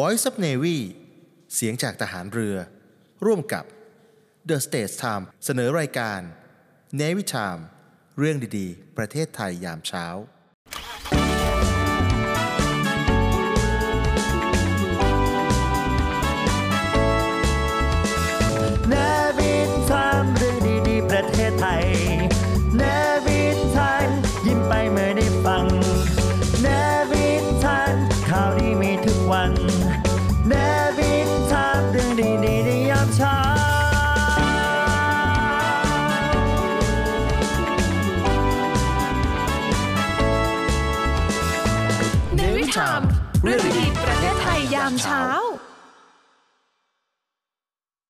Voice of Navy เสียงจากทหารเรือ ร่วมกับ The States Time เสนอรายการ Navy Time เรื่องดีๆ ประเทศไทยยามเช้า นาวินไทม์เรื่องดีๆ ประเทศไทยนาวินไทม์ยิ้มไปเมื่อได้ฟังนาวินไทม์ข่าวดีมีทุกวันนาวินไทม์เรื่องดีๆในยามเช้า ในวิถามเรื่องดีๆประเทศไทยยามเช้า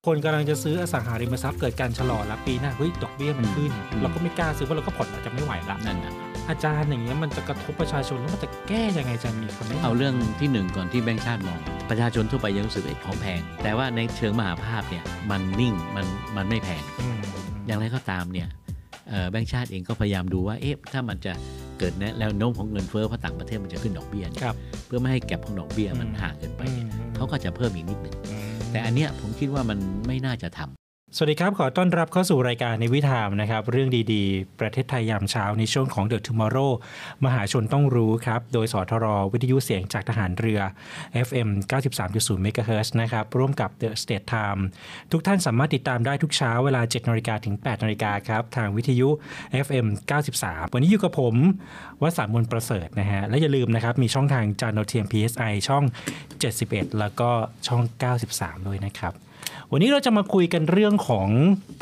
คนกำลังจะซื้ออสังหาริมทรัพย์เกิดการชะลอแล้วปีหน้าเฮ้ยดอกเบี้ยมันขึ้น เราก็ไม่กล้าซื้อเพราะเราก็ผ่อนเราจะไม่ไหวละ นั่นนะ อาจารย์อย่างเงี้ยมันจะกระทบประชาชนแล้วมันจะแก้ยังไงอาจารย์มีคำแนะนำ เอาเรื่องที่หนึ่งก่อนที่แบงค์ชาติมอง ประชาชนทั่วไปยังรู้สึกไอ้ของแพง แต่ว่าในเชิงมหาภาพเนี่ยมันนิ่งมันมันไม่แพง อืม อย่างไรก็ตามเนี่ยเอ่อแบงค์ชาติเองก็พยายามดูว่าเอ๊ะถ้ามันจะเกิดแนวแนวโน้มของเงินเฟ้อเพราะต่างประเทศมันจะขึ้นดอกเบี้ยเนี่ย ครับ เพื่อไม่ให้แก็บของดอกเบี้ยมัน อืม ห่างเกินไปเนี่ย อืม เขาก็จะเพิ่มอีกนิดหนึ่ง อืม แต่อันเนี้ยผมคิดว่ามันไม่น่าจะทำ สวัสดีครับขอต้อนรับเข้าสู่รายการในวิถามนะครับ เรื่องดีๆ ประเทศไทยยามเช้าในช่วงของ The Tomorrow มหาชนต้องรู้ครับ โดยสทรวิทยุเสียงจากทหารเรือ FM 93.0 MHz นะครับร่วมกับ The State Time ทุกท่านสามารถติดตามได้ทุกเช้าเวลา 7นาฬิกาถึง 8นาฬิกาครับ ทางวิทยุ FM 93 วันนี้อยู่กับผมวสามมนต์ประเสริฐนะฮะ และอย่าลืมนะครับ มีช่องทางจานโนเทียม PSI ช่อง 71 แล้วก็ช่อง 93 ด้วยนะครับ วันนี้เราจะมาคุยกันเรื่องของ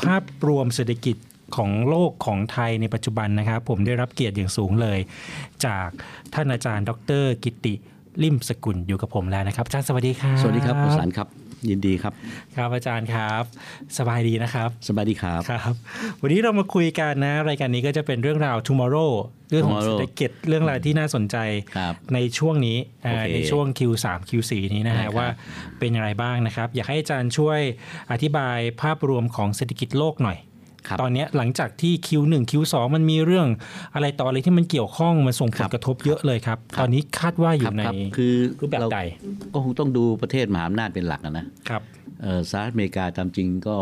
ภาพรวมเศรษฐกิจของโลกของไทยในปัจจุบันนะครับ ผมได้รับเกียรติอย่างสูงเลย จากท่านอาจารย์ดรกิติลิมสกุลอยู่กับผมแล้วนะครับอาจารย์สวัสดีครับ สวัสดีครับคุณสารครับ ยินดีครับ ครับอาจารย์ครับ สบายดีนะครับ สวัสดีครับ ครับ วันนี้เรามาคุยกันนะ รายการนี้ก็จะเป็นเรื่องราว tomorrow เรื่องของ Tomorrow เศรษฐกิจเรื่องราวที่น่าสนใจ ครับ ในช่วงนี้อ่า โอเค ในช่วง Q3 Q4 นี้นะ ได้ค ฮะ รับ ว่าเป็นอย่างไรบ้างนะครับ อยากให้อาจารย์ช่วยอธิบายภาพรวมของเศรษฐกิจโลกหน่อย ครับ ตอนเนี้ยหลังจากที่ Q1 Q2 มันมีเรื่องอะไรต่ออะไรที่มันเกี่ยวข้องมันส่งผลกระทบเยอะเลยครับ ตอนนี้คาดว่าอ ครั ยู่ใน ครับคือ รูปแบบ เา ใด ก็คงต้องดูประเทศมหาอำนาจเป็นหลักอะนะ ครับ เอ่อสหรัฐอเมริกาตามจริงก็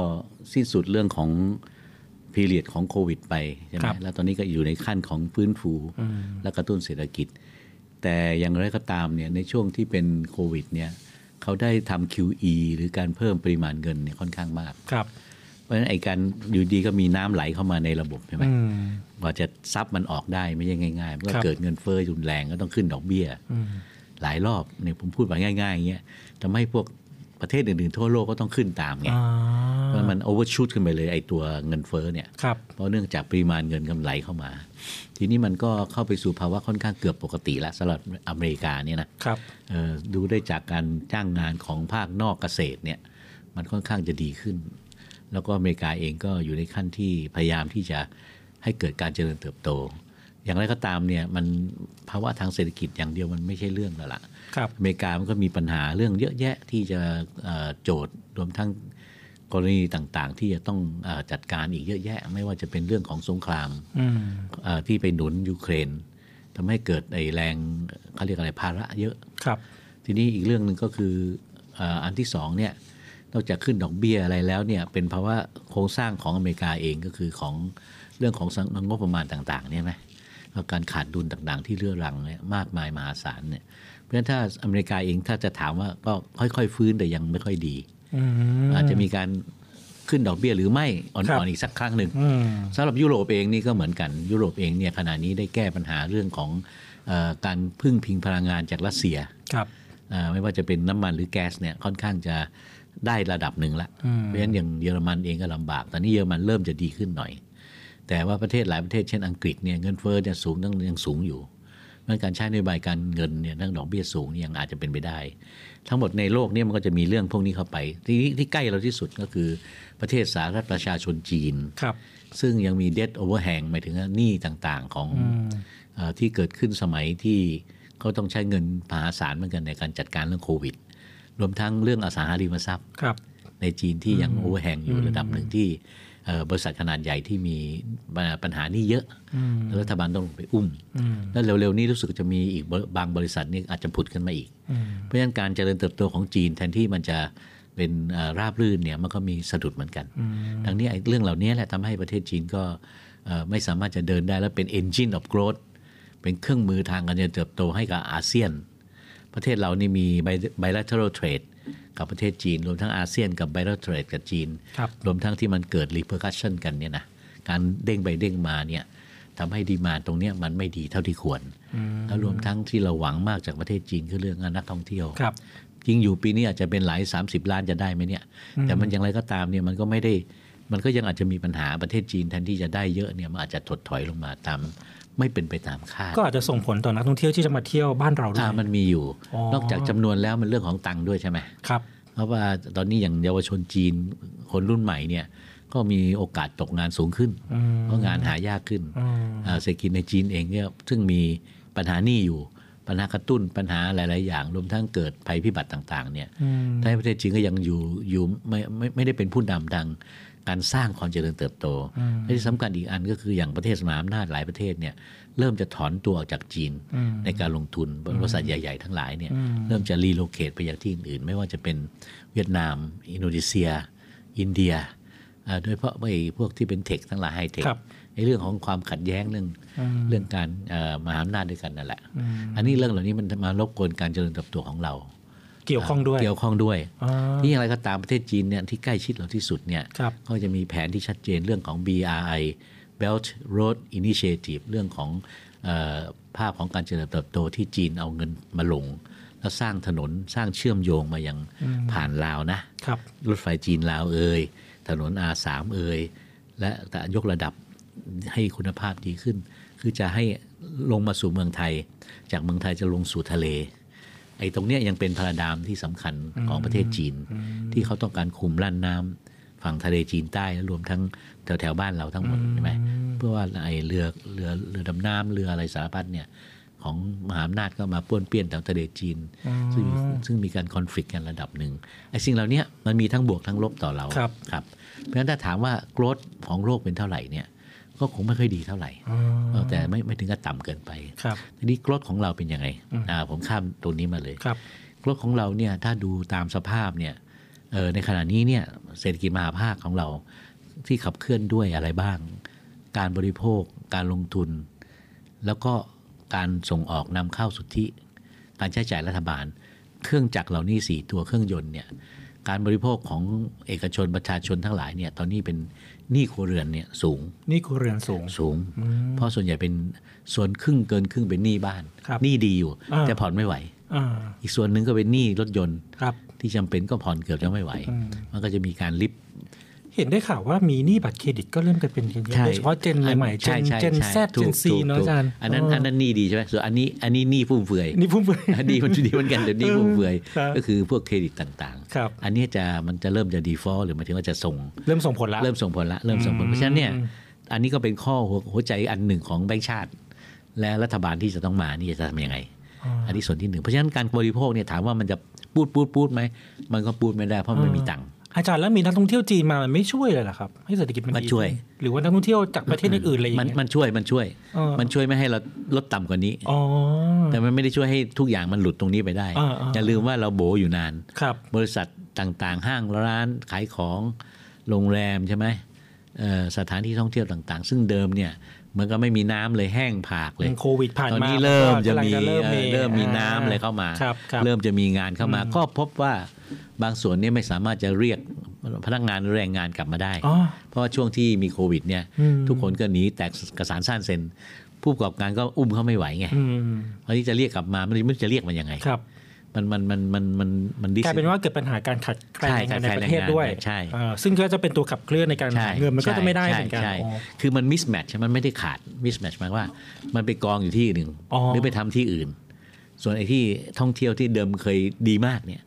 สิ้นสุดเรื่องของพีเรียดของโควิดไปใช่ไหม ครับ แล้วตอนนี้ก็อยู่ในขั้นของฟื้นฟูและกระตุ้นเศรษฐกิจ แต่อย่างไรก็ตามเนี่ยในช่วงที่เป็นโควิดเนี่ยเขาได้ทำ QE หรือการเพิ่มปริมาณเงินเนี่ยค่อนข้างมาก ครับ เพราะฉะนั้นไอ้การอยู่ดีก็มีน้ำไหลเข้ามาในระบบใช่ไหม อืม กว่าจะซับมันออกได้ไม่ใช่ง่ายๆมันก็ ครับ เกิดเงินเฟ้อรุนแรงก็ต้องขึ้นดอกเบี้ย อืม หลายรอบเนี่ยผมพูดแบบง่ายๆอย่างเงี้ยทำให้พวกประเทศอื่นๆทั่วโลกก็ต้องขึ้นตามไง อ่า เพราะมันโอเวอร์ชูตขึ้นไปเลยไอ้ตัวเงินเฟ้อเนี่ย ครับ เพราะเนื่องจากปริมาณเงินกำไรเข้ามา ทีนี้มันก็เข้าไปสู่ภาวะค่อนข้างเกือบปกติแล้วสำหรับอเมริกาเนี่ยนะครับ เอ่อดูได้จากการจ้างงานของภาคนอกเกษตรเนี่ยมันค่อนข้างจะดีขึ้น แล้วก็อเมริกาเองก็อยู่ในขั้นที่พยายามที่จะให้เกิดการเจริญเติบโต อย่างไรก็ตามเนี่ยมันภาวะทางเศรษฐกิจอย่างเดียวมันไม่ใช่เรื่องแล้วล่ะ ครับ อเมริกามันก็มีปัญหาเรื่องเยอะแยะที่จะเอ่อโจทย์รวมทั้งกรณีต่างๆ ที่จะต้องเออจัดการอีกเยอะแยะ ไม่ว่าจะเป็นเรื่องของสงคราม อืม เอ่อที่ไปหนุนยูเครนทำให้เกิดไอแรงเขาเรียกอะไรภาระเยอะ ครับ ทีนี้อีกเรื่องหนึ่งก็คือเอ่ออันที่สองเนี่ยนอกจากขึ้นดอกเบี้ยอะไรแล้วเนี่ยเป็นภาวะโครงสร้างของอเมริกาเองก็คือของเรื่องของสังงบประมาณต่างๆเนี่ยไหมแล้วการขาดดุลต่างๆ ที่เรื้อรังเนี่ยมากมายมหาศาลเนี่ยเพราะฉะนั้นถ้าอเมริกาเองถ้าจะถามว่าก็ค่อยๆ ฟื้นแต่ยังไม่ค่อยดี อืม อาจจะมีการขึ้นดอกเบี้ยหรือไม่อ่ ครั อบนๆอีกสักครั้งหนึ่ง อืม สำหรับยุโรปเองนี่ก็เหมือนกันยุโรปเองเนี่ยขณะนี้ได้แก้ปัญหาเรื่องของเออการพึ่งพิงพลังงานจากรัสเซีย ครับ อ่าไม่ว่าจะเป็นน้ำมันหรือแก๊สเนี่ยค่อนข้างจะได้ระดับหนึ่งละ อืม เพราะฉะนั้นอย่างเยอรมันเองก็ลำบาก ตอนนี้เยอรมันเริ่มจะดีขึ้นหน่อย แต่ว่าประเทศหลายประเทศเช่นอังกฤษเนี่ยเงินเฟ้อเนี่ยสูงตั้งยังสูงอยู่เพราะฉะนั้นการใช้นโยบายการเงินเนี่ยทั้งดอกเบี้ยสูงเนี่ยยังอาจจะเป็นไปได้ ทั้งหมดในโลกเนี่ยมันก็จะมีเรื่องพวกนี้เข้าไป ที่ที่ใกล้เราที่สุดก็คือประเทศสาธารณรัฐประชาชนจีน ครับ ซึ่งยังมี debt overhang หมายถึงว่าหนี้ต่างๆของเออที่เกิดขึ้นสมัยที่เขาต้องใช้เงินมหาศาลเหมือนกันในการจัดการเรื่องโควิด รวมทั้งเรื่องอสังหาริมทรัพย์ ครับ ในจีนที่ยังโอเวอร์แฮงอยู่ระดับหนึ่งที่ เอ่อบริษัทขนาดใหญ่ที่มีปัญปัญหาหนี้เยอะ อืม แล้วรัฐบาลต้องลงไปอุ้ม อืม แล้วเร็วๆนี้รู้สึกจะมีอีกบางบริษัทนี่อาจจะผุดขึ้นมาอีก อืม เพราะฉะนั้นการเจริญเติบโตของจีนแทนที่มันจะเป็นเอ่อราบรื่นเนี่ยมันก็มีสะดุดเหมือนกัน อืม ดังนี้ไอ้เรื่องเหล่านี้แหละทำให้ประเทศจีนก็เอ่อไม่สามารถจะเดินได้และเป็น engine of growth เป็นเครื่องมือทางการเจริญเติบโตให้กับอาเซียน ประเทศเรานี่มี bi- bilateral trade กับประเทศจีน รวมทั้งอาเซียนกับ bilateral trade กับจีน ครับ รวมทั้งที่มันเกิด repercussion กันเนี่ยนะการเด้งไปเด้งมาเนี่ยทำให้ดีมาตรงเนี้ยมันไม่ดีเท่าที่ควร แล้วรวมทั้งที่เราหวังมากจากประเทศจีนคือเรื่องนักท่องเที่ยว ครับ จริงอยู่ปีนี้อาจจะเป็นหลาย 30 ล้านจะได้ไหมเนี่ย แต่มันอย่างไรก็ตามเนี่ยมันก็ไม่ได้มันก็ยังอาจจะมีปัญหาประเทศจีนแทนที่จะได้เยอะเนี่ยมันอาจจะถดถอยลงมาตาม ไม่เป็นไปตามคาด ก็อาจจะส่งผลต่อนักท่องเที่ยวที่จะมาเที่ยวบ้านเราด้ว อ่าย มันมีอยู่ อ๋อ นอกจากจำนวนแล้วมันเรื่องของตังค์ด้วยใช่ไหม ครับ เพราะว่าตอนนี้อย่างเยาวชนจีนคนรุ่นใหม่เนี่ยก็มีโอกาสตกงานสูงขึ้น อืม เพราะงานหายากขึ้น อืม อ่าเศรษฐกิจในจีนเองเนี่ยซึ่งมีปัญหาหนี้อยู่ ปัญหากระตุ้นปัญหาหลาย ๆ อย่าง รวมทั้งเกิดภัยพิบัติต่าง ๆ เนี่ย อืม ถ้าให้ประเทศจีนก็ยังอยู่อยู่ไม่ไม่ไม่ได้เป็นผู้นำทางการสร้างความเจริญเติบโตและที่สำคัญอีกอันก็คืออย่างประเทศมหาอำนาจหลายประเทศเนี่ยเริ่มจะถอนตัวออกจากจีนในการลงทุนบริษัทใหญ่ ๆ ทั้งหลายเนี่ยเริ่มจะรีโลเกตไปยังที่อื่น ๆ ไม่ว่าจะเป็นเวียดนาม อินโดนีเซีย อินเดียอ่าโดยเฉพาะไอ้พวกที่เป็นเทคทั้งหลายไฮเทค ครับ ในเรื่องของความขัดแย้งเรื่องเรื่องการเอ่อมหาอำนาจด้วยกันนั่นแหละ อันนี้เรื่องเหล่านี้มันมารบกวนการเจริญเติบโตของเรา เกี่ยวข้องด้วย เกี่ยวข้องด้วย อ่า นี่อย่างไรก็ตามประเทศจีนเนี่ยที่ใกล้ชิดเราที่สุดเนี่ย ครับ ก็จะมีแผนที่ชัดเจนเรื่องของ BRI Belt Road Initiative เรื่องของเออภาพของการเจริญเติบโตที่จีนเอาเงินมาลง แล้วสร้างถนนสร้างเชื่อมโยงมายังผ่านลาวนะ ครับ รถไฟจีนลาวเอ่ยถนน R3 เอ่ยและแต่ยกระดับให้คุณภาพดีขึ้น คือจะให้ลงมาสู่เมืองไทย จากเมืองไทยจะลงสู่ทะเล ไอ้ตรงเนี้ยยังเป็นพาราดามที่สำคัญของประเทศจีน ที่เขาต้องการคุมลั่นน้ำฝั่งทะเลจีนใต้รวมทั้งแถวแถวๆบ้านเราทั้งหมดใช่ไหมเพื่อว่าไอ้เรือเรือเรือดำน้ำเรืออะไรสารพัดเนี่ยของมหาอำนาจก็มาป้วนเปี้ยนแถวทะเลจีน ซึ่งซึ่งมีการคอนฟ lict กันระดับหนึ่งไอ้สิ่งเหล่าเนี้ยมันมีทั้งบวกทั้งลบต่อเรา ครับ ครับเพราะฉะนั้นถ้าถามว่าโกรดของโลกเป็นเท่าไหร่เนี่ยก็คงไม่ค่อยดีเท่าไหร่เออแต่ไม่ไม่ถึงกับต่ำเกินไป ครับ ทีนี้กรดของเราเป็นยังไงอ่าผมข้ามตรงนี้มาเลย ครับ กรดของเราเนี่ยถ้าดูตามสภาพเนี่ยเอ่อในขณะนี้เนี่ยเศรษฐกิจมหาภาคของเราที่ขับเคลื่อนด้วยอะไรบ้าง การบริโภค การลงทุน แล้วก็การส่งออกนำเข้าสุทธิ การใช้จ่ายรัฐบาล เครื่องจักรเหล่านี้สี่ตัวเครื่องยนต์เนี่ยการบริโภคของเอกชนประชาชนทั้งหลายเนี่ยตอนนี้เป็นหนี้ครัวเรือนเนี่ยสูง นี่คือเรือนสูง สูง เพราะส่วนใหญ่เป็นส่วนครึ่งเกินครึ่งเป็นหนี้บ้าน ครับ หนี้ดีอยู่ อ่า แต่ผ่อนไม่ไหว อ่า อีกส่วนหนึ่งก็เป็นหนี้รถยนต์ ครับ ที่จำเป็นก็ผ่อนเกือบจะไม่ไหว มันก็จะมีการลิฟต์ เห็นได้ข่าวว่ามีหนี้บัตรเครดิตก็เริ่มกันเป็นกันเยอะ ใช่ โดยเฉพาะเจนใหม่ๆเจ ใช่ น ใช่ เจน ใช่ แซด ถู เจ ก นซี ถูก เนาะ ถูก อาจารย์ อันนั้นอันนั้นหนี่ดีใช่ไหมส่วนอันนี้อันนี้หนี่ฟุ่มเฟือย นี่พุ่มเฟือย อันนี้มันดีเหมือนกันแต่หนี่ฟุ่มเฟือย ครับ ก็คือพวกเครดิตต่าง ครับ อันนี้จะมันจะเริ่มจะดีฟอลหรือหมายถึงว่าจะส่ง เริ่มส่งผลละ เริ่มส่งผลละเริ่มส่งผลเพราะฉะนั้นเนี่ยอันนี้ก็เป็นข้อหัวหัวใจอันหนึ่งของแบงก์ชาติ และรัฐบาลที่จะต้องมานี่จะทำยังไง อันนี้ส่วนที่หนึ่งเพราะฉะนั้นการบริโภคเนี่ยถามว่ามันจะปูดปูดปูดไหมมันก็ปูดไม่ได้เพราะไม่มีตังค์ อาจารย์แล้วมีนักท่องเที่ยวจีนมามันไม่ช่วยเลยเหรอครับ ให้เศรษฐกิจมัน มัน ดี ช่วย ขึ้นหรือว่านักท่องเที่ยวจากประเทศอื่นๆอะไรอย่าง มัน เงี้ย มันช่วยมันช่วย เออ มันช่วยไม่ให้เราลดต่ำกว่านี้ อ๋อ แต่มันไม่ได้ช่วยให้ทุกอย่างมันหลุดตรงนี้ไปได้ อ่าอ่า อย่าลืมว่าเราโบอยู่นาน ครับ บริษัทต่างๆ ห้างร้านขายของโรงแรมใช่ไหมเอ่อสถานที่ท่องเที่ยวต่างๆ ซึ่งเดิมเนี่ยเหมือนก็ไม่มีน้ำเลยแห้งผากเลย โควิดผ่าน ตอนนี้ มา เริ่มจะมี ก็กำลังจะเริ่มมี เอ่อเริ่มมี อ่า น้ำอะไรเข้ามา ครับครับ เริ่มจะมีงานเข้ามา ก็พบว่าบางส่วนเนี่ยไม่สามารถจะเรียกพนักงานแรงงานกลับมาได้ อ๋อ เพราะว่าช่วงที่มีโควิดเนี่ย อืม ทุกคนก็หนีแตกกระสานสั้นเซ็น ผู้ประกอบการก็อุ้มเขาไม่ไหวไง อืม เพราะที่จะเรียกกลับมาไม่รู้ไม่รู้จะเรียกมันยังไง ครับ มันมันมันมันมันมัน กลายเป็นว่าเกิดปัญหาการขัดแคลน ใช่ แรงงานใน ขาด ป แคลน ระเทศด้วย ใช่ เอ่อซึ่งก็จะเป็นตัวขับเคลื่อนในการหาเงินมันก็จะไม่ได้เหมือนกัน ใช่ อ๋อ ใช่คือมันมิสแมทช์มันไม่ได้ขาดมิสแมทช์หมายว่า มันไปกองอยู่ที่หนึ่ง อ๋อ หรือไปทำที่อื่น ส่วนไอ้ที่ท่องเที่ยวที่เดิมเคยดีมากเนี่ย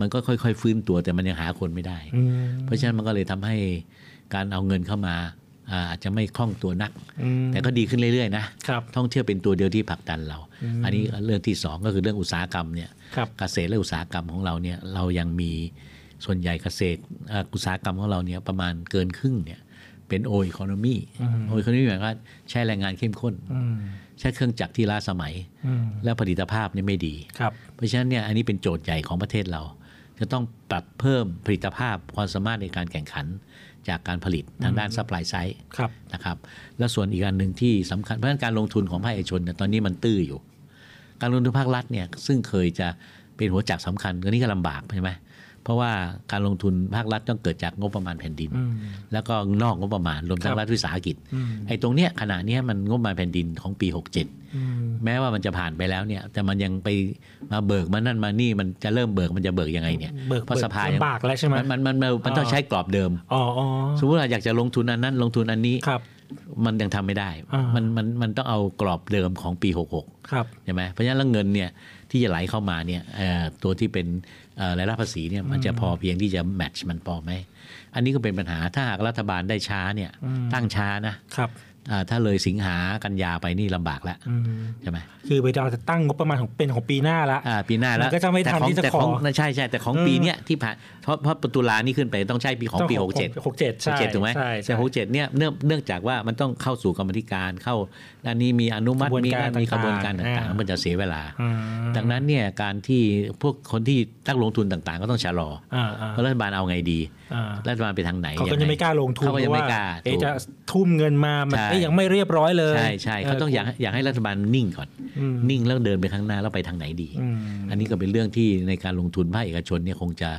มันก็ค่อยๆฟื้นตัวแต่มันยังหาคนไม่ได้ อืม เพราะฉะนั้นมันก็เลยทำให้การเอาเงินเข้ามาอาอาจจะไม่คล่องตัวนัก อืม แต่ก็ดีขึ้นเรื่อยๆนะครับ ท่องเที่ยวเป็นตัวเดียวที่ผลักดันเรา อันนี้เรื่องที่สองก็คือเรื่องอุตสาหกรรมเนี่ย ครับ เกษตรและอุตสาหกรรมของเราเนี่ยเรายังมีส่วนใหญ่เกษตรเอ่ออุตสาหกรรมของเราเนี่ยประมาณเกินครึ่งเนี่ย เป็นโอ c o n o m y อืม โอ economy หมายความว่าใช้แรงงานเข้มข้น อืม ใช้เครื่องจักรที่ล้าสมัย อืม และผลิตภาพเนี่ยไม่ดี ครับ เพราะฉะนั้นเนี่ยอันนี้เป็นโจทย์ใหญ่ของประเทศเรา จะต้องปรับเพิ่มผลิตภาพความสามารถในการแข่งขัน จากการผลิตทางด้านซัพพลายไซด์ ครับ นะครับและส่วนอีกอันหนึ่งที่สำคัญเพราะฉะนั้นการลงทุนของภาคเอกชนเนี่ยตอนนี้มันตื้ออยู่ การลงทุนภาครัฐเนี่ยซึ่งเคยจะเป็นหัวจักรสำคัญตอนนี้ก็ลำบากใช่ไหมเพราะว่าการลงทุนภาครัฐต้องเกิดจากงบประมาณแผ่นดิน อืม แล้วก็นอกงบประมาณรวมทั้ ครับงรัฐวิสาหกิจ อืม ไอ้ตรงเนี้ยขณะเนี้ยมันงบประมาณแผ่นดินของปี 67 อืม แม้ว่ามันจะผ่านไปแล้วเนี่ย แต่มันยังไปมาเบิกมานั่นมานี่มันจะเริ่มเบิกมันจะเบิกยังไงเนี่ย เบิก เพราะสภายัง ลำบากแล้วใช่ไหม มันมันมันมันมันต้อง อ่า ใช้กรอบเดิม อ๋ออ๋อ สมมติเราอยากจะลงทุนอันนั้น ลงทุนอันนี้ ครับ มันยังทำไม่ได้ อ่ามั มันมันมันต้องเอากรอบเดิมของปี 66 ครับ ใช่ไหมเพราะฉะนั้นแล้วเงินเนี่ยที่จะไหลเข้ามาเนี่ยเอ่อตัวที่เป็นเอ่อรายรับภาษีเนี่ยมันจะพอเพียงที่จะแมทช์มันพอไหมอันนี้ก็เป็นปัญหาถ้าหากรัฐบาลได้ช้าเนี่ย อืม ตั้งช้านะครับอ่าถ้าเลยสิงหากันยาไปนี่ลำบากแล้ว อืม ใช่ไหม คือไปเราจะตั้งงบประมาณของเป็นของปีหน้าละ อ่าปีหน้าแล้ มั วน ก็จะไม่ แต่ ทันที่จะ แต่ ขอ ใช่ใช่แต่ของ เออ ปีเนี้ยที่ผ่านเพราะเพราะประตูลานี่ขึ้นไปต้องใช้ปีของปี 67 หกเจ็ดใช่ 67ถูกไหม ใช่ แต่ ใช่ 67เนี่ยเนื่องเนื่องจากว่ามันต้องเข้าสู่กรรมธิการเข้าอันนี้มีอนุมัติ กระบวน มี การ นั่นมีกระบวนการ ต่างๆ ต่าง อ่ามั ๆ มันจะเสียเวลา อืม ดังนั้นเนี่ยการที่พวกคนที่ตั้งลงทุนต่างๆ ก็ต้องชะลอ อ่า เพราะรัฐบาลเอาไงดี อ่า รัฐบาลไปทางไหน เขาก็ งง ยังไม่กล้าลงทุน เขาก็ยังไม่กล้า เพระว่เอ๊ะ ถูก จะทุ่มเงินมามัน ใช่ เอ๊ะยังไม่เรียบร้อยเลย ใช่ใช่เขาต้องอยากอยากให้รัฐบาลนิ่งก่อน อืม นิ่งแล้วเดินไปข้างหน้าแล้วไปทางไหนดี อืม อันนี้ก็เป็นเรื่องที่ในการลงทุนภาคเอกชนเนี่ยคงจะ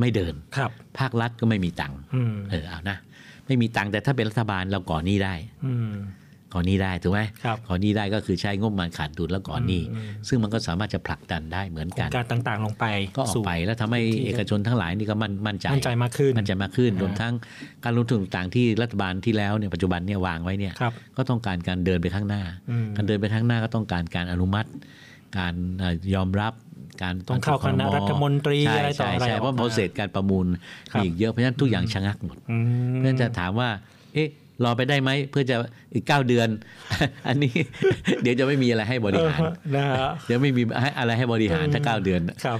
ไม่เดิน ครับ ภาครัฐก็ไม่มีตังค์ อืม เออเอานะ ไม่มีตังค์แต่ถ้าเป็นรัฐบาลเราก่อนหนี้ได้ อืม ก่อนหนี้ได้ถูกไหม ครับ ก่อนหนี้ได้ก็คือใช้งบประมาณขาดดุลแล้วก่อนหนี้ อืมอืม ซึ่งมันก็สามารถจะผลักดันได้เหมือน โคร กั ง น การต่างๆลงไป ก็ออก สู่ ไปแล้วทำให้ ที่ เอกชนทั้งหลายนี่ก็มั่นมั่นใจ มั่นใจมากขึ้น มั่นใจมากขึ้น อ่าร ร วมทั้งการลงทุนต่างๆที่รัฐบาลที่แล้วเนี่ยปัจจุบันเนี่ยวางไว้เนี่ย ครับ ก็ต้องการการเดินไปข้างหน้า อืม การเดินไปข้างหน้าก็ต้องการการอนุมัติ การเอ่อยอมรับ การ ต้องเข้าคณะรัฐมนตรี ใช่ อะไรต่อ ใช่ อะไร ใช่ออเพราะ กมา โปรเซสการประมูล ครับ มีอีกเยอะ เพราะฉะนั้นทุกอย่างชะงักหมด อืม เพื่อจะถามว่า เอ๊ะ รอไปได้ไหม เพื่อจะอีก 9 เดือน อันนี้ เดี๋ยวจะไม่มีอะไรให้บริหาร เออนะฮะ เดี๋ยวไม่มีให้อะไรให้บริหารถ้าเก้า9เดือน ครับ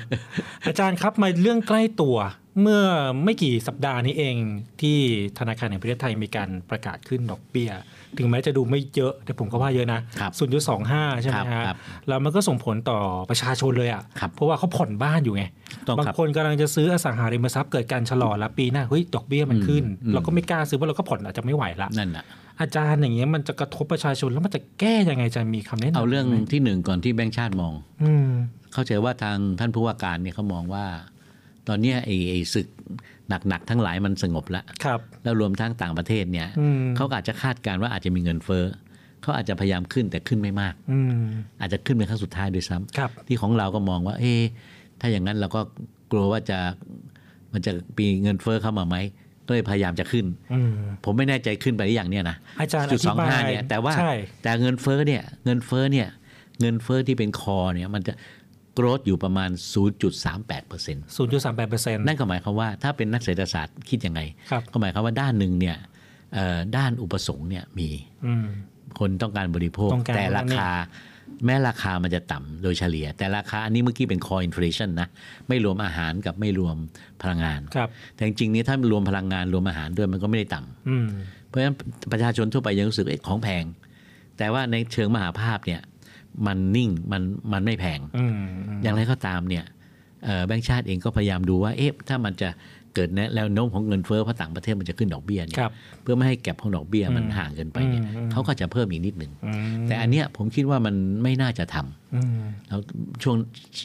อาจารย์ครับมาเรื่องใกล้ตัว เมื่อไม่กี่สัปดาห์นี้เอง ที่ธนาคารแห่งประเทศไทยมีการประกาศขึ้นดอกเบี้ย ถึงแม้จะดูไม่เยอะ แต่ผมก็ว่าเยอะนะครับ ศูนย์จุดสองห้าใช่ไหม ครับ ฮะ ครับ แล้วมันก็ส่งผลต่อประชาชนเลยอ่ะ ครับ เพราะว่าเขาผ่อนบ้านอยู่ไง ต้องครับ บางคนกำลังจะซื้ออสังหาริมทรัพย์เกิดการชะลอแล้วปีหน้าเฮ้ยดอกเบี้ยมันขึ้น อืมอืม เราก็ไม่กล้าซื้อเพราะเราก็ผ่อนอาจจะไม่ไหวละ นั่นแหละ อาจารย์อย่างเงี้ยมันจะกระทบประชาชนแล้วมันจะแก้ยังไงอาจะมีคำแนะนำ เอาเรื่อง ไหม ที่หนึ่งก่อนที่แบงค์ชาติมอง อืม เข้าใจว่าทางท่านผู้ว่าการเนี่ยเขามองว่า ตอนเนี้ยไอ้ไอ้ศึกหนักๆทั้งหลายมันสงบแล้ว ครับ แล้วรวมทั้งต่างประเทศเนี่ย อืม เขาก็อาจจะคาดการณ์ว่าอาจจะมีเงินเฟ้อเขาอาจจะพยายามขึ้นแต่ขึ้นไม่มาก อืม อาจจะขึ้นเป็นครั้งสุดท้ายด้วยซ้ำ ครับ ที่ของเราก็มองว่า เอ๊ะถ้าอย่างนั้นเราก็กลัวว่าจะมันจะปีเงินเฟ้อเข้ามาไหมก็เลยพยายามจะขึ้น อืม ผมไม่แน่ใจขึ้นไปหรือยังเนี่ยนะ อาจารย์ จุดสองห้า อธิบาย เนี่ยแต่ว่า ใช่ แต่เงินเฟ้อเนี่ยเงินเฟ้อเนี่ยเงินเฟ้อที่เป็นคอเนี่ยมันจะโกรธอยู่ประมาณ 0.38%น ศูนย์จุดสามแปดเปอร์เซ็นต์ ั่นก็หมายความว่าถ้าเป็นนักเศรษฐศาสตร์คิดยังไง ครับ ก็หมายความว่าด้านหนึ่งเนี่ยเอ่อด้านอุปสงค์เนี่ยมี อืม คนต้องการบริโภค ต้องการ แต่ราคา แม้ราคามันจะต่ำโดยเฉลี่ย แต่ราคาอันนี้เมื่อกี้เป็นคออินฟล t ชันนะไม่รวมอาหารกับไม่รวมพลังงาน ครับ แต่จริงๆเนี่ยถ้ารวมพลังงานรวมอาหารด้วยมันก็ไม่ได้ต่ำ อืม เพราะฉะนั้นประชาชนทั่วไปยังรู้สึกเอ๊ะของแพง แต่ว่าในเชิงมหาภาพเนี่ยมันนิ่งมันมันไม่แพง อืมอืม อย่างไรก็ตามเนี่ยเอ่อแบงก์ชาติเองก็พยายามดูว่าเอ๊ะถ้ามันจะเกิดแนวแนวโน้มของเงินเฟ้อเพราะต่างประเทศมันจะขึ้นดอกเบี้ยเนี่ย ครับ เพื่อไม่ให้แก็บของดอกเบี้ยมัน อืม ห่างเกินไปเนี่ย อืมอืม เขาก็จะเพิ่มอีกนิดหนึ่ง อืม แต่อันเนี้ยผมคิดว่ามันไม่น่าจะทำ อืม แล้วช่วง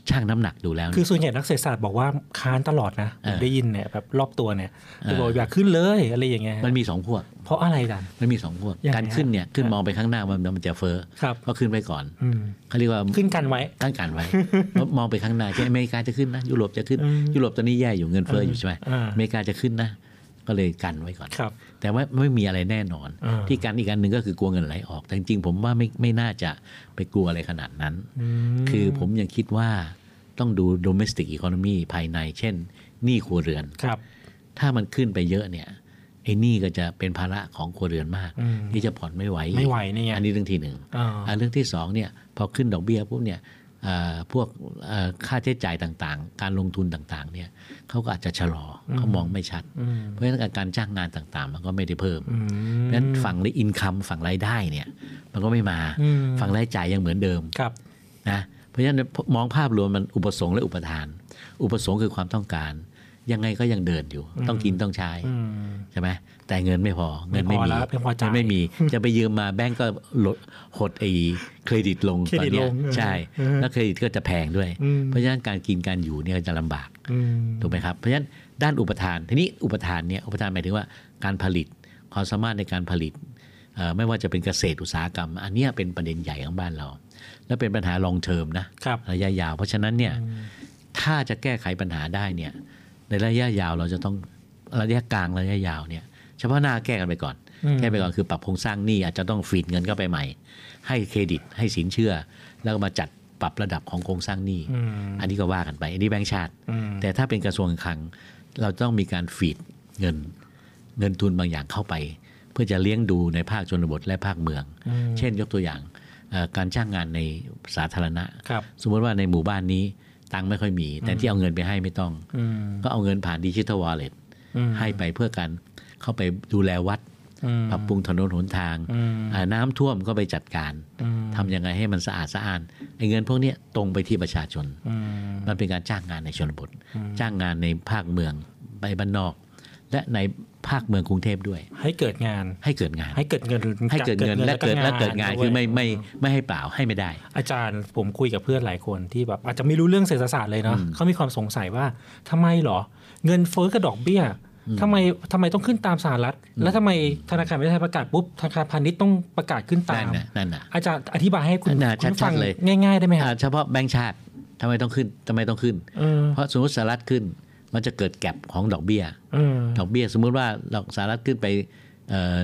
ช่างน้ำหนักดูแล้ว คือส่วนใหญ่นักเศรษฐศาสตร์บอกว่าค้านตลอดนะ เออ ผมได้ยินเนี่ยแบบรอบตัวเนี่ย เออ บอกอยากขึ้นเลยอะไรอย่างเงี้ย มันมีสองพวก เพราะอะไรกัน มันมีสองพวก ยังไง การขึ้นเนี่ยขึ้น ฮะ มองไปข้างหน้าว่ามันจะเฟ้อ ครับ ก็ขึ้นไปก่อน อืม เขาเรียกว่า ขึ้นกันไว้ ตั้งการ ไว้ เพราะมองไปข้างหน้าใช่อเมริกาจะขึ้นนะยุโรปจะขึ้น อืม ยุโรปตอนนี้แย่อยู่เงินเฟ้ออยู่ใช่ไหม อ่า อเมริกาจะขึ้นนะ ก็เลยกันไว้ก่อน ครับ แต่ว่าไม่มีอะไรแน่นอน อ่า ที่กันอีกอันหนึ่งก็คือกลัวเงินไหลออก แต่จริงๆผมว่าไม่ไม่น่าจะไปกลัวอะไรขนาดนั้น ม คือผมยังคิดว่าต้องดู domestic economy ภายใน เช่นหนี้ครัวเรือน ครับ ถ้ามันขึ้นไปเยอะเนี่ยไอ้หนี้ก็จะเป็นภาระของครัวเรือนมาก อืม ที่จะผ่อนไม่ไหวอีก ไม่ไหวนี่ไง อันนี้เรื่องที่หนึ่ง อ่า อันเรื่องที่สองเนี่ยพอขึ้นดอกเบี้ยปุ๊บเนี่ย เอ่อพวกเอ่อค่าใช้จ่ายต่างๆ การลงทุนต่างๆเนี่ยเขาก็อาจจะชะลออเขามองไม่ชัด เพราะฉะนั้นการจ้างงานต่างๆ มันก็ไม่ได้เพิ่ม เพราะฉะนั้นฝั่งในอินคัมฝั่งรายได้เนี่ยมันก็ไม่มา อืม ฝั่งรายจ่ายยังเหมือนเดิม ครับ นะเพราะฉะนั้นมองภาพรวมมันอุปสงค์และอุปทาน อุปสงค์คือความต้องการ ยังไงก็ยังเดินอยู่ ต้องกินต้องใช้ อืม ใช่ไหมแต่เงินไม่พอเงินไม่ ไม่พอ มี แล้วไม่พอจ่าย เงินไม่มี จะไปยืมมาแบงก์ก็ลดหดไอ้เครดิตลง เคร ตอ ดิ น ต เนี้ลยงเออ ใช่ เออ แล้วเครดิตก็จะแพงด้วย อืม เพราะฉะนั้นการกินการอยู่เนี่ยจะลำบาก อืม ถูกไหมครับ เพราะฉะนั้นด้านอุปทาน ทีนี้อุปทานเนี่ย อุปทานหมายถึงว่าการผลิต ความสามารถในการผลิตเอ่อไม่ว่าจะเป็นเกษตรอุตสาหกรรม อันเนี้ยเป็นประเด็นใหญ่ของบ้านเรา และเป็นปัญหาลองเทอมนะครับ ยะยาว เพราะฉะนั้นเนี่ยถ้าจะแก้ไขปัญหาได้เนี่ยในระยะยาวเราจะต้องระยะกลางระยะยาวเนี่ยเฉพาะหน้าแก้กันไปก่อน แก้ไปก่อนคือปรับโครงสร้างหนี้อาจจะต้องฟีดเงินเข้าไปใหม่ ให้เครดิตให้สินเชื่อ แล้วก็มาจัดปรับระดับของโครงสร้างหนี้ อืม อันนี้ก็ว่ากันไป อันนี้แบงก์ชาติ อืม แต่ถ้าเป็นกระทรวงการคลัง เราต้องมีการฟีดเงิน เงินทุนบางอย่างเข้าไป เพื่อจะเลี้ยงดูในภาคชนบทและภาคเมือง เช่นยกตัวอย่างเอ่อการจ้างงานในสาธารณะ ครับ สมมติว่าในหมู่บ้านนี้ตังค์ไม่ค่อยมี แต่ที่เอาเงินไปให้ไม่ต้อง อืม ก็เอาเงินผ่านดิจิทัลวอลเล็ต อืม ให้ไปเพื่อการเข้าไปดูแลวัด อืม ปรับปรุงถนนหนทาง อืม อ่าน้ำท่วมก็ไปจัดการ อืม ทำยังไงให้มันสะอาดสะอ้านไอ้เงินพวกเนี้ยตรงไปที่ประชาชน อืม มันเป็นการจ้างงานในชนบท จ้างงานในภาคเมืองไปบ้านนอก และในภาคเมืองกรุงเทพด้วย ให้เกิดงาน ให้เกิดงาน ให้เกิดเงินรือ ให้เกิดเงินและเกิดและเกิดงานคือไม่ไม่ไม่ให้เปล่าให้ไม่ได้ อาจารย์ผมคุยกับเพื่อนหลายคนที่แบบอาจจะไม่รู้เรื่องเศรษฐศาสตร์เลยเนาะเขามีความสงสัยว่าทำไมเหรอ เงินเฟ้อกับดอกเบี้ยทำไมทำไมต้องขึ้นตามสหรัฐ แล้วทำไมธนาคารประเทศไทยประกาศปุ๊บธนาคารพาณิชย์ต้องประกาศขึ้นตา นั่ ม นน่ะนั่นน่ะ อาจารย์อธิบายให้คุณ น่า คุณผู้ ชั ฟั ด ง ๆเลย ง่าย ๆ ได้ไหมค อ่า รับ เฉพาะแบงก์ชาติทำไมต้องขึ้นทำไมต้องขึ้น เออ เพราะสมมติสหรัฐขึ้นมันจะเกิดแก็บของดอกเบี้ย เออ ดอกเบี้ยสมมุติว่าเราสหรัฐขึ้นไปเอ่อ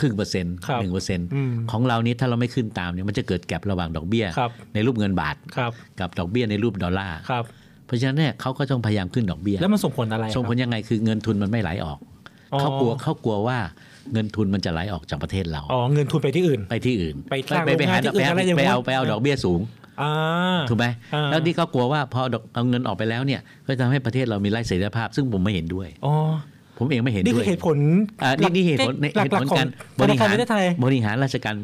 ครึ่งเปอร์เซ็นต์ ครับ หนึ่งเปอร์เซ็นต์ อืม ของเรานี้ถ้าเราไม่ขึ้นตามเนี่ยมันจะเกิดแกลบระหว่างดอกเบี้ย ครับ ในรูปเงินบาท ครับ กับดอกเบี้ยในรูปดอลลาร์ ครับ เพราะฉะนั้นเนี่ยเขาก็ต้องพยายามขึ้นดอกเบี้ย แล้วมันส่งผลอะไรครับ ส่งผลยังไงคือเงินทุนมันไม่ไหลออก อ๋อ เขากลัวเขากลัวว่าเงินทุนมันจะไหลออกจากประเทศเรา อ๋อเงินทุนไปที่อื่น ไปที่อื่น ไปสร้าง ไปไปหา โรงงานที่อื่นอะไรอย่าง ไปเอา นั้น ไปเอาดอกเบี้ยสูง อ่า ถูกไหม อ่า แล้วนี่เขากลัวว่าพอดอกเอาเงินออกไปแล้วเนี่ยก็จะทำให้ประเทศเรามีไร้เสรีภาพ ซึ่งผมไม่เห็นด้วย อ๋อ ผมเองไม่เห็น นี่ ด้ คื ว อย เหตุผล อ่านี่นี่เหตุผลใน ห เหตุ ลั ผ ก ล ๆของ การ ธ บ นา ริ คาร หาปรระเทศไทย บริหารราชการ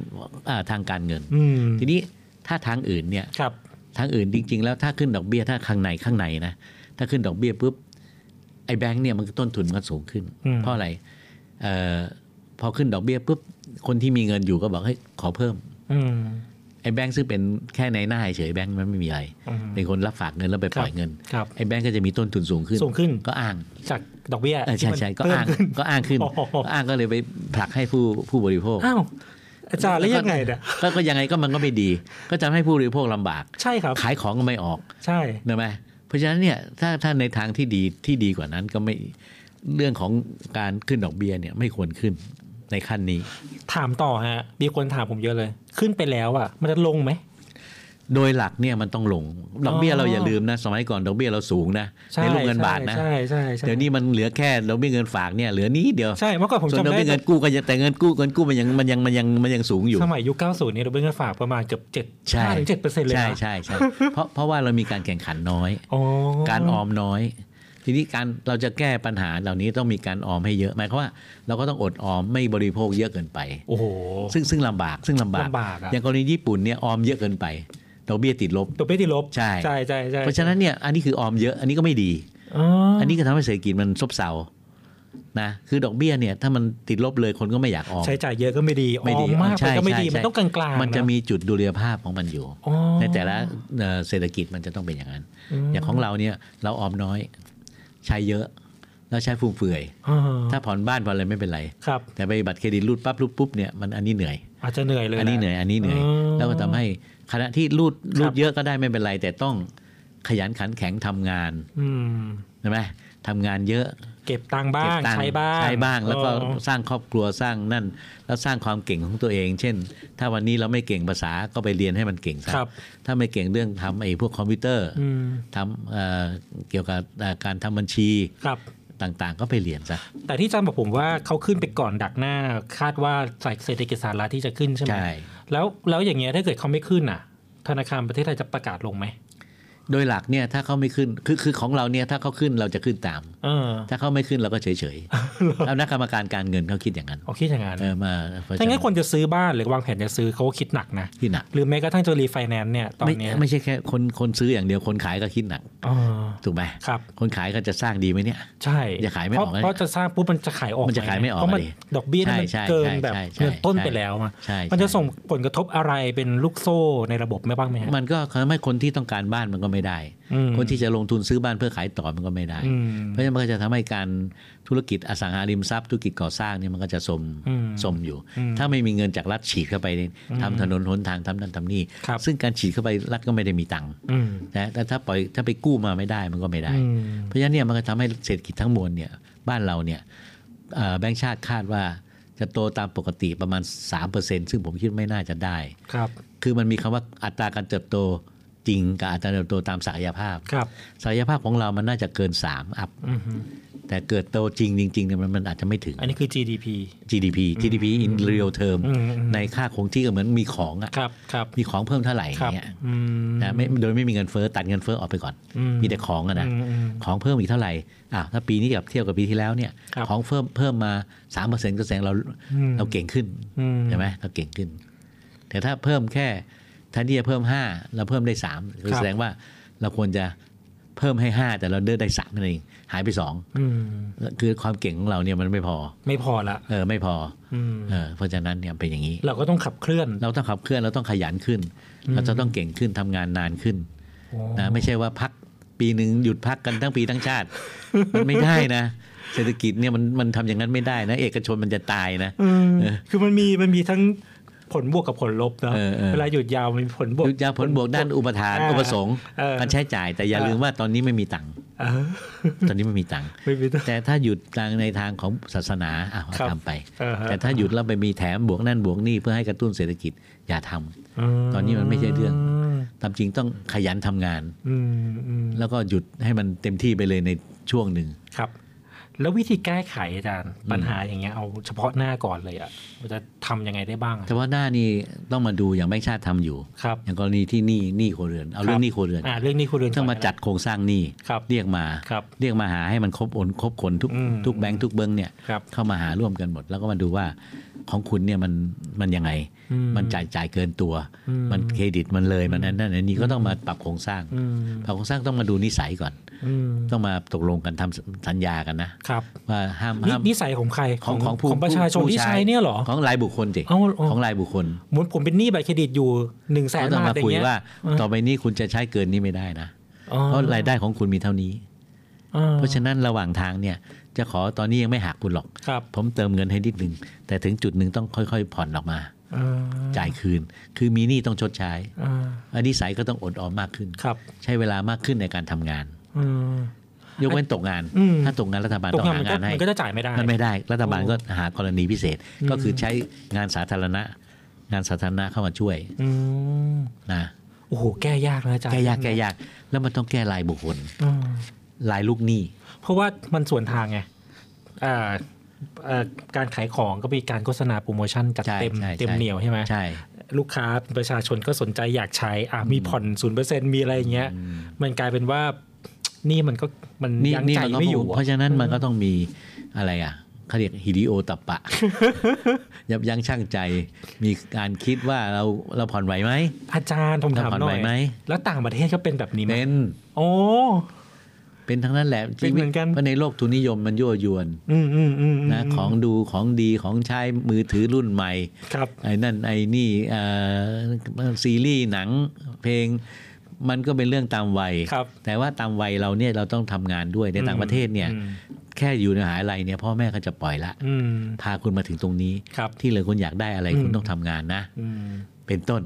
อ่าทางการเงิน อืม ทีนี้ถ้าทางอื่นเนี่ย ครับ ทางอื่นจริง ๆ แล้วถ้าขึ้นดอกเบี้ยถ้าข้างในข้างในนะถ้าขึ้นดอกเบี้ยปุ๊บไอ้แบงค์เนี่ยมันก็ต้นทุนมันก็สูงขึ้น อืม เพราะอะไรเออพอขึ้นดอกเบี้ยปุ๊บคนที่มีเงินอยู่ก็บอกเฮ้ยขอเพิ่ม อืม ไอ้แบงค์ซึ่งเป็นแค่ในหน้าเฉยๆแบงค์มันไม่มีอะไร อืม เป็นคนรับฝากเงินแล้วไปปล่อยเงิน ครับ ไอ้แบงค์ก็จะมีต้นทุนสูงขึ้น สูงขึ้น ก็อ้าง จากดอกเบี้ย เออที่ใช่มัน ใช่ก็ เพิ่ม อ้าง ขึ้น ก็อ้างขึ้น โอ้โห ก็อ้างก็เลยไปผลักให้ผู้ผู้บริโภค อ้าวอาจารย์แล้วยังไงเนี่ย ก็ก็ยังไงก็มันก็ไม่ดี ก็จะให้ผู้บริโภคลำบาก ใช่ครับ ขายของก็ไม่ออก ใช่ นะไหมเพราะฉะนั้นเนี่ยถ้าถ้าในทางที่ดีที่ดีกว่านั้นก็ไม่เรื่องของการขึ้นดอกเบี้ยเนี่ยไม่ควรขึ้นในขั้นนี้ ถามต่อฮะ มีคนถามผมเยอะเลย ขึ้นไปแล้วอ่ะ มันจะลงไหม โดยหลักเนี่ยมันต้องลงดอกเบี้ย อ๋อ เราอย่าลืมนะสมัยก่อนดอกเบี้ยเราสูงนะ ช่ ในรูปเงินบาทนะ ใช่ใช่ใช่ เดี๋ยวนี้มันเหลือแค่ดอกเบี้ยเงินฝากเนี่ยเหลือนี้เดียว ใช่เมื่อก่อนผม ส่วน จำ ดอก ได้ เบี้ยเงินกู้ก็ยังแต่เงินกู้เงินกู้มันยังมันยังมันยังมันยังสูงอยู่ สมัยยุค 90 เนี่ยดอกเบี้ยเงินฝากประมาณเกือบ7 ใช่ ถึง7เปอร์เซ็นต์เลยนะ ใช่ใช่ใช่ เพราะเพราะว่าเรามีการแข่งขันน้อย อ๋อ การออมน้อย ทีนี้การเราจะแก้ปัญหาเหล่านี้ต้องมีการออมให้เยอะหมายความว่าเราก็ต้องอดออมไม่บริโภคเยอะเกินไป โอ้โห ซึ่งซึ่งลำบากซึ่งลำบาก ลำบากอะ อย่างกรณีญี่ปุ่นเนี่ยออมเยอะเกินไปดอกเบี้ยติดลบ ดอกเบี้ยติดลบ ใช่ ใช่ใช่ใช่ เพราะฉะนั้นเนี่ยอันนี้คือออมเยอะอันนี้ก็ไม่ดี อ๋อ อั อั นนี้ก็ทำให้เศรษฐกิจมันซบเซานะคือดอกเบี้ยเนี่ยถ้ามันติดลบเลยคนก็ไม่อยากออม ใช้จ่ายเยอะก็ไม่ดีอ ไม่ดี อมมาก ใช่ ไปก็ไม่ ใช่ ดีมัน ใช่ ต้องกลางๆ มันจะ เอ มีจุดดุลยภาพของมันอยู่ อ๋อ ในแต่ละเอ่อเศรษฐกิจมันจะต้องเป็นอย่างนั้น อย่างของเราเนี่ยเราออมน้อยใช้เยอะ แล้วใช้ฟุ่มเฟือย อ่ ถ้าผ่อนบ้านผ่อนอะไรไม่เป็นไร ครับ แต่ไปบัตรเครดิตรูดปั๊บรูดปุ๊บเนี่ยมันอันนี้เหนื่อย อาจจะเหนื่อยเลย อันนี้เหนื่อยอันนี้เหนื่อย แล้วก็ทำให้ขณะที่รูดรูดเยอะก็ได้ไม่เป็นไร แต่ต้องขยันขันแข็งทำงาน อืม ใช่ไหมทำงานเยอะ เก็บตังค์บ้าง เก็ตัค์ ใช้บ้าง ใช้บ้างแล้วก็ อ๋อ สร้างครอบครัวสร้างนั่น แล้วสร้างความเก่งของตัวเอง เช่น ถ้าวันนี้เราไม่เก่งภาษาก็ไปเรียนให้มันเก่งซะ ครับ ถ้าไม่เก่งเรื่องทำไอ้พวกคอมพิวเตอร์ อืม ทำเอ่อเกี่ยวกับเอ่อการทำบัญชี ครับ ต่างๆ ก็ไปเรียนซะ แต่ที่อาจารย์บอกผมว่าเขาขึ้นไปก่อนดักหน้า คาดว่าเศรษฐกิจสหรัฐที่จะขึ้นใช่ไหม ใช่ แล้วแล้วอย่างเงี้ยถ้าเกิดเขาไม่ขึ้นอ่ะ ธนาคารประเทศไทยจะประกาศลงไหม โดยหลักเนี่ยถ้าเขาไม่ขึ้นคือคือของเราเนี่ยถ้าเขาขึ้นเราจะขึ้นตาม เออ ถ้าเขาไม่ขึ้นเราก็เฉยเฉยๆแล้วนักกรรมการการเงินเขาคิดอย่างนั้น เอาคิดอย่างนั้น เออมาเพราะ ถ้า ฉะ งั้นคนจะซื้อบ้านหรือวางแผนจะซื้อเขาก็คิดหนักนะ ที่หนัก หรือแม้กระทั่งจะรีไฟแนนซ์เนี่ยตอน ไม่ เนี้ย ไม่ใช่แค่คนคนซื้ออย่างเดียวคนขายก็คิดหนัก เออ ถูกไหม ครับ คนขายก็จะสร้างดีไหมเนี่ย ใช่ จะขายไม่ออก เพราะเพราะจะสร้างปุ๊บมันจะขายออก มันจะขายไม่ออก เพราะมัน เลย ดอกเบี้ยนี่มัน ใช่ใช่ เกินแบบ ใช่ใช่ เงินต้น ใช่ ไปแล้วอะ ใช่ มันจะส่งผลกระทบอะไรเป็นลูกโซ่ในระบบไหม่บ้างไหมฮะ มันก็ทำให้คนที่ต้องการบ้านมันก็ไม่ได้ อืม คนที่จะลงทุนซื้อบ้านเพื่อขายต่อมันก็ไม่ได้ อืม เพราะฉะนั้นมันก็จะทำให้การธุรกิจอสังหาริมทรัพย์ธุรกิจก่อสร้างเนี่ยมันก็จะสม อืม สมอยู่ อืม ถ้าไม่มีเงินจากรัฐฉีดเข้าไปเนี่ยทำถนนหนทางทำนั่นทำนี่ ครับ ซึ่งการฉีดเข้าไปรัฐก็ไม่ได้มีตังค์ อืม นะแต่ถ้าปล่อยถ้าไปกู้มาไม่ได้มันก็ไม่ได้ อืม เพราะฉะนั้นเนี่ยมันก็ทำให้เศรษฐกิจทั้งมวลเนี่ยบ้านเราเนี่ยเอ่อแบงก์ชาติคาดว่าจะโตตามปกติประมาณ 3%ซึ่งผมคิดไม่น่าจะได้ ครับ คือมันมีคำว่าอัตราการเติบโตจริงกับอัตราเติบโตตามศักยภาพ ครับ ศักยภาพของเรามันน่าจะเกิน 3 อัพ อือฮึ แต่เกิดโตจริงจริงๆเนี่ยมันมันอาจจะไม่ถึง อันนี้คือ GDP GDP GDP in real term อืมอืม ในค่าคงที่ก็เหมือนมีของอะ ครับครับ มีของเพิ่มเท่าไหร่ ครับ เนี่ย อืม นะไม่โดยไม่มีเงินเฟ้อตัดเงินเฟ้อออกไปก่อน อืม มีแต่ของอะนะ อืมอืม ของเพิ่มอีกเท่าไหร่อ่ะถ้าปีนี้กับเทียบกับปีที่แล้วเนี่ย ครับ ของเพิ่มเพิ่มมา3%ก็แสดงเรา อืม เราเก่งขึ้น อื ใช่ไหมเราเก่งขึ้น แต่ถ้าเพิ่มแค่แทันที่จะเพิ่ม 5 เราเพิ่มได้3คือแสดงว่าเราควรจะเพิ่มให้ 5 แต่เราเดินได้3นั่นเองหายไป อืม 2 คือความเก่งของเราเนี่ยมันไม่พอ ไม่พอละ เออไม่พอ อืม เออเพราะฉะนั้นเนี่ยเป็นอย่างนี้ เราก็ต้องขับเคลื่อน เราต้องขับเคลื่อนเราต้องขยันขึ้น เราจะต้องเก่งขึ้นทำงานนานขึ้น โอ้ นะไม่ใช่ว่าพักปีหนึ่งหยุดพักกันทั้งปีทั้งชาติ มันไม่ได้นะ เศรษฐกิจเนี่ยมันมันทำอย่างนั้นไม่ได้นะ เอกชนมันจะตายนะ อืมคือมันมีมันมีทั้งผลบวกกับผลลบเนอะ เออเออ เวลาหยุดยาวมันมีผลบวก หยุดยาผลบวกด้านอุปทาน อ่า อุปสงค์ เออ การใช้จ่ายแต่อย่า เออ ลืมว่าตอนนี้ไม่มีตังค์ เออ ตอนนี้ไม่มีตังค์ ไม่มีต้อง แต่ถ้าหยุดทางในทางของศาสนาอ่ะ ครับ ทำไป เออฮะ แต่ถ้าหยุดแล้วไปมีแถมบวกนั่นบวกนี่เพื่อให้กระตุ้นเศรษฐกิจอย่าทำ ตอนนี้มันไม่ใช่เรื่อง ตามจริงต้องขยันทำงาน อืมอืม แล้วก็หยุดให้มันเต็มที่ไปเลยในช่วงหนึ่ง ครับ แล้ววิธีแก้ไขอาจารย์ปัญหาอย่างเงี้ยเอาเฉพาะหน้าก่อนเลยอะว่าจะทำยังไงได้บ้างอะ แต่ว่าหน้านี่ต้องมาดูอย่างแบงค์ชาติทำอยู่ ครับ อย่างกรณีที่หนี้หนี้ครัวเรือนเอาเรื่องหนี้ครัวเรือน อ่าเรื่องหนี้ครัวเรือน ต้องมาจัดโครงสร้างหนี้ ครับ เรียกมา ครับ เรียกมาหาให้มันครบอนครบคนทุก อืม ทุกแบงค์ทุกเบิ้งเนี่ย ครับ เข้ามาหาร่วมกันหมด แล้วก็มาดูว่าของคุณเนี่ยมันมันยังไง อืม มันจ่ายจ่ายเกินตัว อืม มันเครดิตมันเลยมันนั่นนั่นอันนี้ก็ต้องมาปรับโครงสร้าง อืม ปรับโครงสร้างต้องมาดูนิสัยก่อน อืม ต้องมาตกลงกันทำสัญญากันนะครับว่าห้าม นี่ ห้าม นิสัยของใคร ของของผู้ ของประชาชน ผู้ ที่ใช้เนี่ยเหรอ ของรายบุคคลจิ เอาเอา ของรายบุคคล เหมือนผมเป็นหนี้บัตรเครดิตอยู่หนึ่งแสน ก็ต้อง บาทอมาคุ ย่ายงเงี้ย ว่า ต่อไปนี้คุณจะใช้เกินนี้ไม่ได้นะ อ๋อ เพราะรายได้ของคุณมีเท่านี้ อ่ เพราะฉะนั้นระหว่างทางเนี่ยจะขอตอนนี้ยังไม่หักคุณหรอก ครับ ผมเติมเงินให้นิดหนึ่งแต่ถึงจุดหนึ่งต้องค่อยๆ ผ่อนออกมา อ่า จ่ายคืน คือมีหนี้ต้องชดใช้ อ่า อันนี้สายก็ต้องอดออมมากขึ้น ครับ ใช้เวลามากขึ้นในการทำงาน อืม ยกเว้นตกงาน อืม ถ้าตกงานรัฐบาล ตก ต้อง งานมัหานก็ งานให้ มันก็จะจ่ายไม่ได้ มันไม่ได้ รัฐบาลก็หากรณีพิเศษ ก็คือใช้งานสาธารณะ งานสาธารณะเข้ามาช่วย อืม นะ โอ้โหแก้ยากนะอาจารย์ แก้ยากแก้ยาก แล้วมันต้องแก้รายบุคคล อืม รายลูกหนี้ เพราะว่ามันส่วนทางไงอ่าเอ่อการขายของก็มีการโฆษณาโปรโมชั่นจัด ใช่ เต็ม ใช่ใช่ เต็มเหนียวใช่ไหม ใช่ ลูกค้าประชาชนก็สนใจอยากใช้อ่ะมีผ่อนศูนย์เปอร์เซ็นมีอะไรอย่างเงี้ย มันกลายเป็นว่า นี่มันก็มัน นี่ ยัง นี่ ใจ มันก็ ไม่ อ อยู่ ยู่ เพราะฉะนั้นมันก็ต้องมีอะไรอ่ะเขาเรียกฮิริโอตับ ปะ ยับยั้งชั่งใจ มีการคิดว่าเราเราผ่อนไหวไหม อาจารย์ผมถาม ผ่อน หน่ ไหว อย ไหม แล้วต่างประเทศก็เป็นแบบนี้ไหม เป็น โอ้ เป็นทั้งนั้นแหละ เป็นเหมือนกัน เพราะในโลกทุนนิยมมันยั่วยวน อืมอืมอืมม นะของดูของดีของใช้มือถือรุ่นใหม่ ครับ ไอ้นั่นไอ้นี่เอ่อซีรีส์หนังเพลงมันก็เป็นเรื่องตามวัย ครับ แต่ว่าตามวัยเราเนี่ยเราต้องทำงานด้วยในต่างประเทศเนี่ย อืม แค่อยู่ในมหาลัยเนี่ยพ่อแม่ก็จะปล่อยละ อืม พาคุณมาถึงตรงนี้ ครับ ที่เหลือคุณอยากได้อะไร อืม คุณต้องทำงานนะ อืม เป็นต้น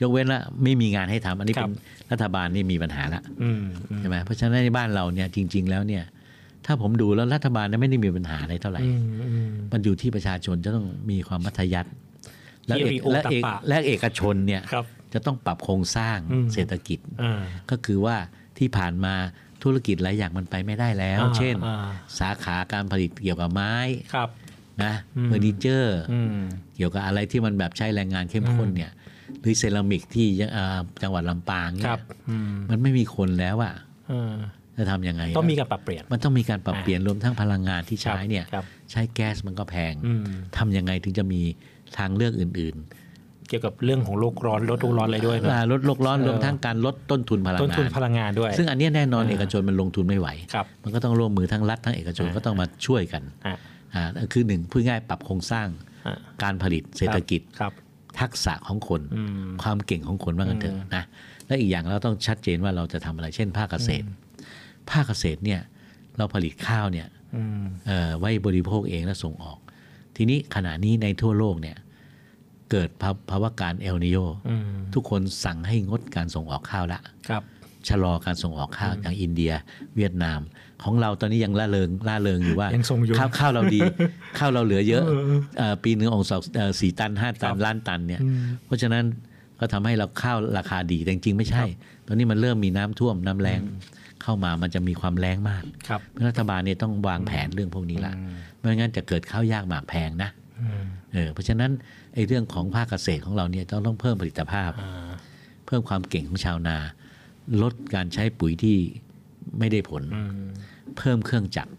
ยกเว้นละไม่มีงานให้ทำอันนี้ ครั เป็ บ นรัฐบาลนี่มีปัญหาละ อืมอืม ใช่ไหมเพราะฉะนั้นในบ้านเราเนี่ยจริง ๆ แล้วเนี่ยถ้าผมดูแล้วรัฐบาลเนี่ยไม่ได้มีปัญหาอะไรเท่าไหร่ อืมอืม มันอยู่ที่ประชาชนจะต้องมีความมัธยัติและเอก Theory of และเอก ตะปะ และเอกชนเนี่ย ครับ จะต้องปรับโครงสร้าง อืม เศรษฐกิจ อ่า ก็คือว่าที่ผ่านมาธุรกิจหลายอย่างมันไปไม่ได้แล้ว อ่า เช่น อ่า สาขาการผลิตเกี่ยวกับไม้ ครับ นะ อืม เฟอร์นิเจอร์ อืม เกี่ยวกับอะไรที่มันแบบใช้แรงงานเข้มข้นเนี่ย หรือเซรามิกที่ยังอ่าจังหวัดลำปาง ค เนี่ รั ย บอืม มันไม่มีคนแล้วอะ เออ จะทำยังไง ต้องมีการปรับเปลี่ยน มันต้องมีการปรับเปลี่ยนรวมทั้งพลังงานที่ ครับ ใช้เนี่ย ครับ ใช้แก๊สมันก็แพง อืม ทำยังไงถึงจะมีทางเลือกอื่น ๆ เกี่ยวกับเรื่องของโลกร้อนลดโลกร้อนอะไรด้วยนะ อ่าลดโลกร้อน เออ รวมทั้งการลดต้นทุนพลังงาน ต้นทุนพลังงานด้วย ซึ่งอันเนี้ยแน่นอน อ่า เอกชนมันลงทุนไม่ไหว ครับ มันก็ต้องร่วมมือทั้งรัฐทั้งเอกชน อ่า ก็ต้องมาช่วยกัน อ่ะ อ่าคือหนึ่งพูดง่ายปรับโครงสร้าง อ่ะ การผลิตเศรษฐกิจ ครับ ทักษะของคน อืม ความเก่งของคนว่างันเถอะนะและอีกอย่างเราต้องชัดเจนว่าเราจะทำอะไรเช่น ภาคเกษตร ภาคเกษตรเนี่ยเราผลิตข้าวเนี่ย อืม เอ่อไว้บริโภคเองและส่งออก ทีนี้ขณะนี้ในทั่วโลกเนี่ยเกิดภาภาวะการเอลนิโย อืม ทุกคนสั่งให้งดการส่งออกข้าวละ ครับ ชะลอการส่งออกข้าวอย่างอินเดีย เวียดนาม ของเราตอนนี้ยังล่าเริงล่าเริงอยู่ว่า ยังส่งอยู่ ข้าวข้าว เราดี ข้าวเราเหลือเยอะเอ่อปีหนึ่งองศาเอ่อสี่ตันห้าตันล้านตันเนี่ยเพราะฉะนั้นก็ทำให้เราข้าวราคาดีแต่จริงๆไม่ใช่ ตอนนี้มันเริ่มมีน้ำท่วมน้ำแรงเข้ามามันจะมีความแรงมาก ครับ รัฐบาลเนี่ยต้องวางแผนเรื่องพวกนี้ละไม่งั้นจะเกิดข้าวยากหมากแพงนะเออเพราะฉะนั้นไอ้เรื่องของภาคเกษตรของเราเนี่ยต้องต้องเพิ่มผลิตภาพ เพิ่มความเก่งของชาวนา ลดการใช้ปุ๋ยที่ไม่ได้ผล เพิ่มเครื่องจักร